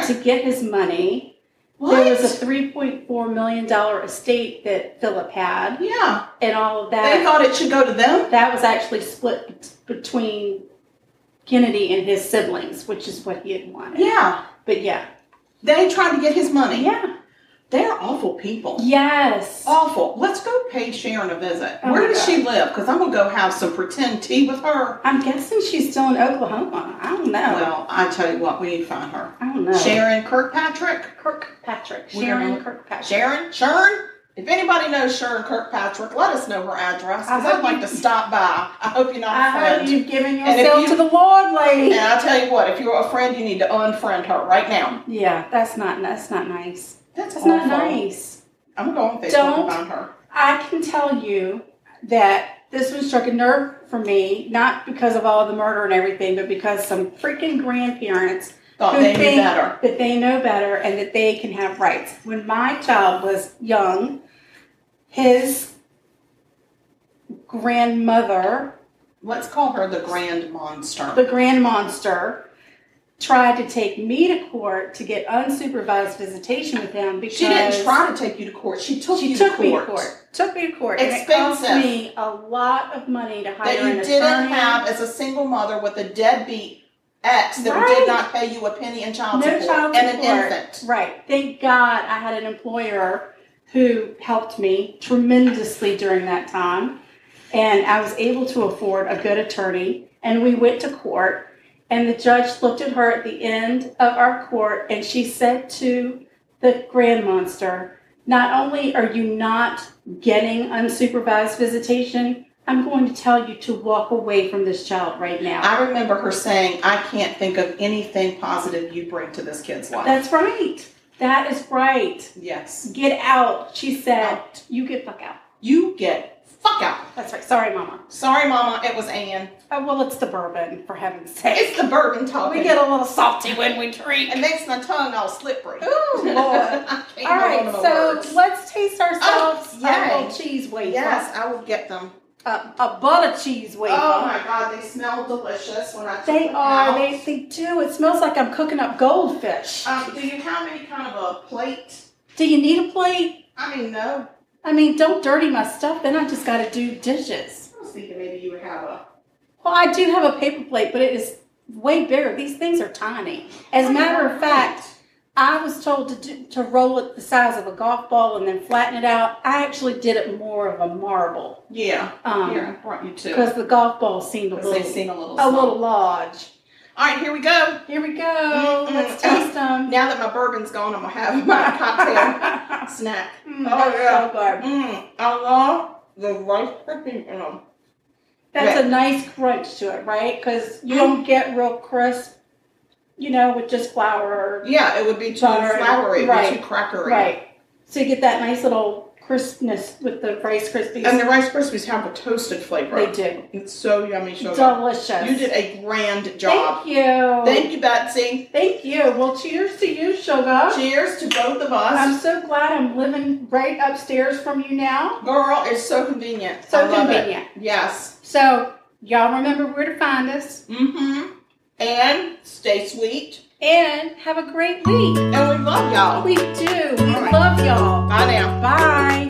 Speaker 2: to get his money. There was a three point four million dollar estate that Philip had,
Speaker 1: yeah.
Speaker 2: and all of
Speaker 1: They
Speaker 2: that.
Speaker 1: thought it should go to them.
Speaker 2: That was actually split bet- between Kennedy and his siblings, which is what he had wanted.
Speaker 1: Yeah.
Speaker 2: But yeah,
Speaker 1: They tried to get his money.
Speaker 2: yeah,
Speaker 1: They're awful people.
Speaker 2: yes.
Speaker 1: Awful. Let's go pay Sharon a visit.
Speaker 2: Oh my
Speaker 1: Where does
Speaker 2: God.
Speaker 1: she live? Because I'm going to go have some pretend tea with her.
Speaker 2: I'm guessing she's still in Oklahoma. I don't know.
Speaker 1: Well, I tell you what, we need to find her.
Speaker 2: I don't know.
Speaker 1: Sharon Kirkpatrick.
Speaker 2: Kirkpatrick.
Speaker 1: We don't
Speaker 2: Sharon
Speaker 1: know.
Speaker 2: Kirkpatrick.
Speaker 1: Sharon? Sharon? If anybody knows Sharon Kirkpatrick, let us know her address because
Speaker 2: I
Speaker 1: I'd
Speaker 2: hope
Speaker 1: like
Speaker 2: you-
Speaker 1: to stop by. I hope you're not
Speaker 2: I
Speaker 1: a friend.
Speaker 2: hope you've given
Speaker 1: if
Speaker 2: yourself
Speaker 1: you-
Speaker 2: to the Lord, lady.
Speaker 1: And I tell you what, if you're a friend, you need to unfriend her right now.
Speaker 2: Yeah, that's not that's not nice.
Speaker 1: That's
Speaker 2: That's
Speaker 1: awful.
Speaker 2: not nice.
Speaker 1: I'm gonna go on Facebook
Speaker 2: Don't.
Speaker 1: and find her.
Speaker 2: I can tell you that this one struck a nerve for me, not because of all the murder and everything, but because some freaking grandparents
Speaker 1: Thought
Speaker 2: who
Speaker 1: they knew
Speaker 2: think
Speaker 1: better.
Speaker 2: that they know better and that they can have rights. When my child was young, his grandmother,
Speaker 1: Let's call her the Grand Monster.
Speaker 2: the grand monster, tried to take me to court to get unsupervised visitation with him because
Speaker 1: she didn't try to take you to court. She took
Speaker 2: she
Speaker 1: you
Speaker 2: took
Speaker 1: to
Speaker 2: me
Speaker 1: court.
Speaker 2: to court. Took me to court. and it cost
Speaker 1: Expensive.
Speaker 2: me a lot of money to hire
Speaker 1: That you
Speaker 2: an
Speaker 1: didn't
Speaker 2: attorney.
Speaker 1: have as a single mother with a deadbeat ex that
Speaker 2: Right.
Speaker 1: did not pay you a penny in child
Speaker 2: no
Speaker 1: support
Speaker 2: child
Speaker 1: and
Speaker 2: support.
Speaker 1: an infant.
Speaker 2: Right. Thank God I had an employer who helped me tremendously during that time, and I was able to afford a good attorney. And we went to court, and the judge looked at her at the end of our court, and she said to the grand monster, "Not only are you not getting unsupervised visitation." I'm going to tell you to walk away from this child right now.
Speaker 1: I remember her saying, I can't think of anything positive you bring to this kid's life.
Speaker 2: That's right. That is right.
Speaker 1: yes.
Speaker 2: Get out, she said.
Speaker 1: Out.
Speaker 2: You get fuck out.
Speaker 1: You get fuck out.
Speaker 2: That's right. Sorry, Mama.
Speaker 1: Sorry, Mama, it was Anne.
Speaker 2: Oh, well, it's the bourbon, for heaven's sake.
Speaker 1: It's the bourbon talking.
Speaker 2: We get a little salty when we drink.
Speaker 1: It makes my tongue all slippery.
Speaker 2: Ooh, Lord.
Speaker 1: I can't
Speaker 2: All right,
Speaker 1: hold on to
Speaker 2: so
Speaker 1: words.
Speaker 2: let's taste ourselves
Speaker 1: Oh, yay.
Speaker 2: a little cheese wafer.
Speaker 1: yes, I will get them.
Speaker 2: A, a butter cheese wafer.
Speaker 1: Oh my god, they smell delicious when I took
Speaker 2: They
Speaker 1: them
Speaker 2: are.
Speaker 1: out.
Speaker 2: They, they do. It smells like I'm cooking up goldfish.
Speaker 1: Um, do you have any kind of a plate?
Speaker 2: do you need a plate?
Speaker 1: I mean, no.
Speaker 2: I mean, don't dirty my stuff. Then I just got to do dishes.
Speaker 1: I was thinking maybe you would have a.
Speaker 2: Well, I do have a paper plate, but it is way bigger. These things are tiny. As a matter of fact, I was told to, do, to roll it the size of a golf ball and then flatten it out. I actually did it more of a marble
Speaker 1: Yeah.
Speaker 2: because
Speaker 1: Here, I brought you two.
Speaker 2: the golf ball seemed a
Speaker 1: Because
Speaker 2: um, little,
Speaker 1: they seem a little
Speaker 2: a
Speaker 1: small.
Speaker 2: little large.
Speaker 1: All right, here we go.
Speaker 2: Here we go.
Speaker 1: Mm-mm.
Speaker 2: Let's taste them.
Speaker 1: Now that my bourbon's gone, I'm going to have my cocktail snack.
Speaker 2: Mm,
Speaker 1: Oh,
Speaker 2: that's
Speaker 1: yeah.
Speaker 2: so good.
Speaker 1: Mmm, I love the rice crispy in
Speaker 2: um,
Speaker 1: them.
Speaker 2: That's a nice crunch to it, right? Because you don't get real crisp, you know, with just flour.
Speaker 1: Yeah, it would be too
Speaker 2: Butter,
Speaker 1: floury, it would be
Speaker 2: right,
Speaker 1: too crackery.
Speaker 2: Right. So you get that nice little crispness with the Rice Krispies.
Speaker 1: And the Rice Krispies have a toasted flavor.
Speaker 2: they do.
Speaker 1: It's so yummy, sugar.
Speaker 2: Delicious.
Speaker 1: You did a grand job.
Speaker 2: Thank you.
Speaker 1: Thank you, Betsy.
Speaker 2: Thank you. Well, cheers to you, Sugar.
Speaker 1: Cheers to both of
Speaker 2: I'm
Speaker 1: us.
Speaker 2: so glad I'm living right upstairs from you now.
Speaker 1: Girl, it's so convenient. I
Speaker 2: So
Speaker 1: love it.
Speaker 2: convenient.
Speaker 1: Yes.
Speaker 2: So, y'all remember where to find us
Speaker 1: Mm-hmm. And stay sweet.
Speaker 2: and have a great week.
Speaker 1: And we love y'all.
Speaker 2: We do. We
Speaker 1: Oh. All right.
Speaker 2: love y'all.
Speaker 1: Bye now.
Speaker 2: Bye.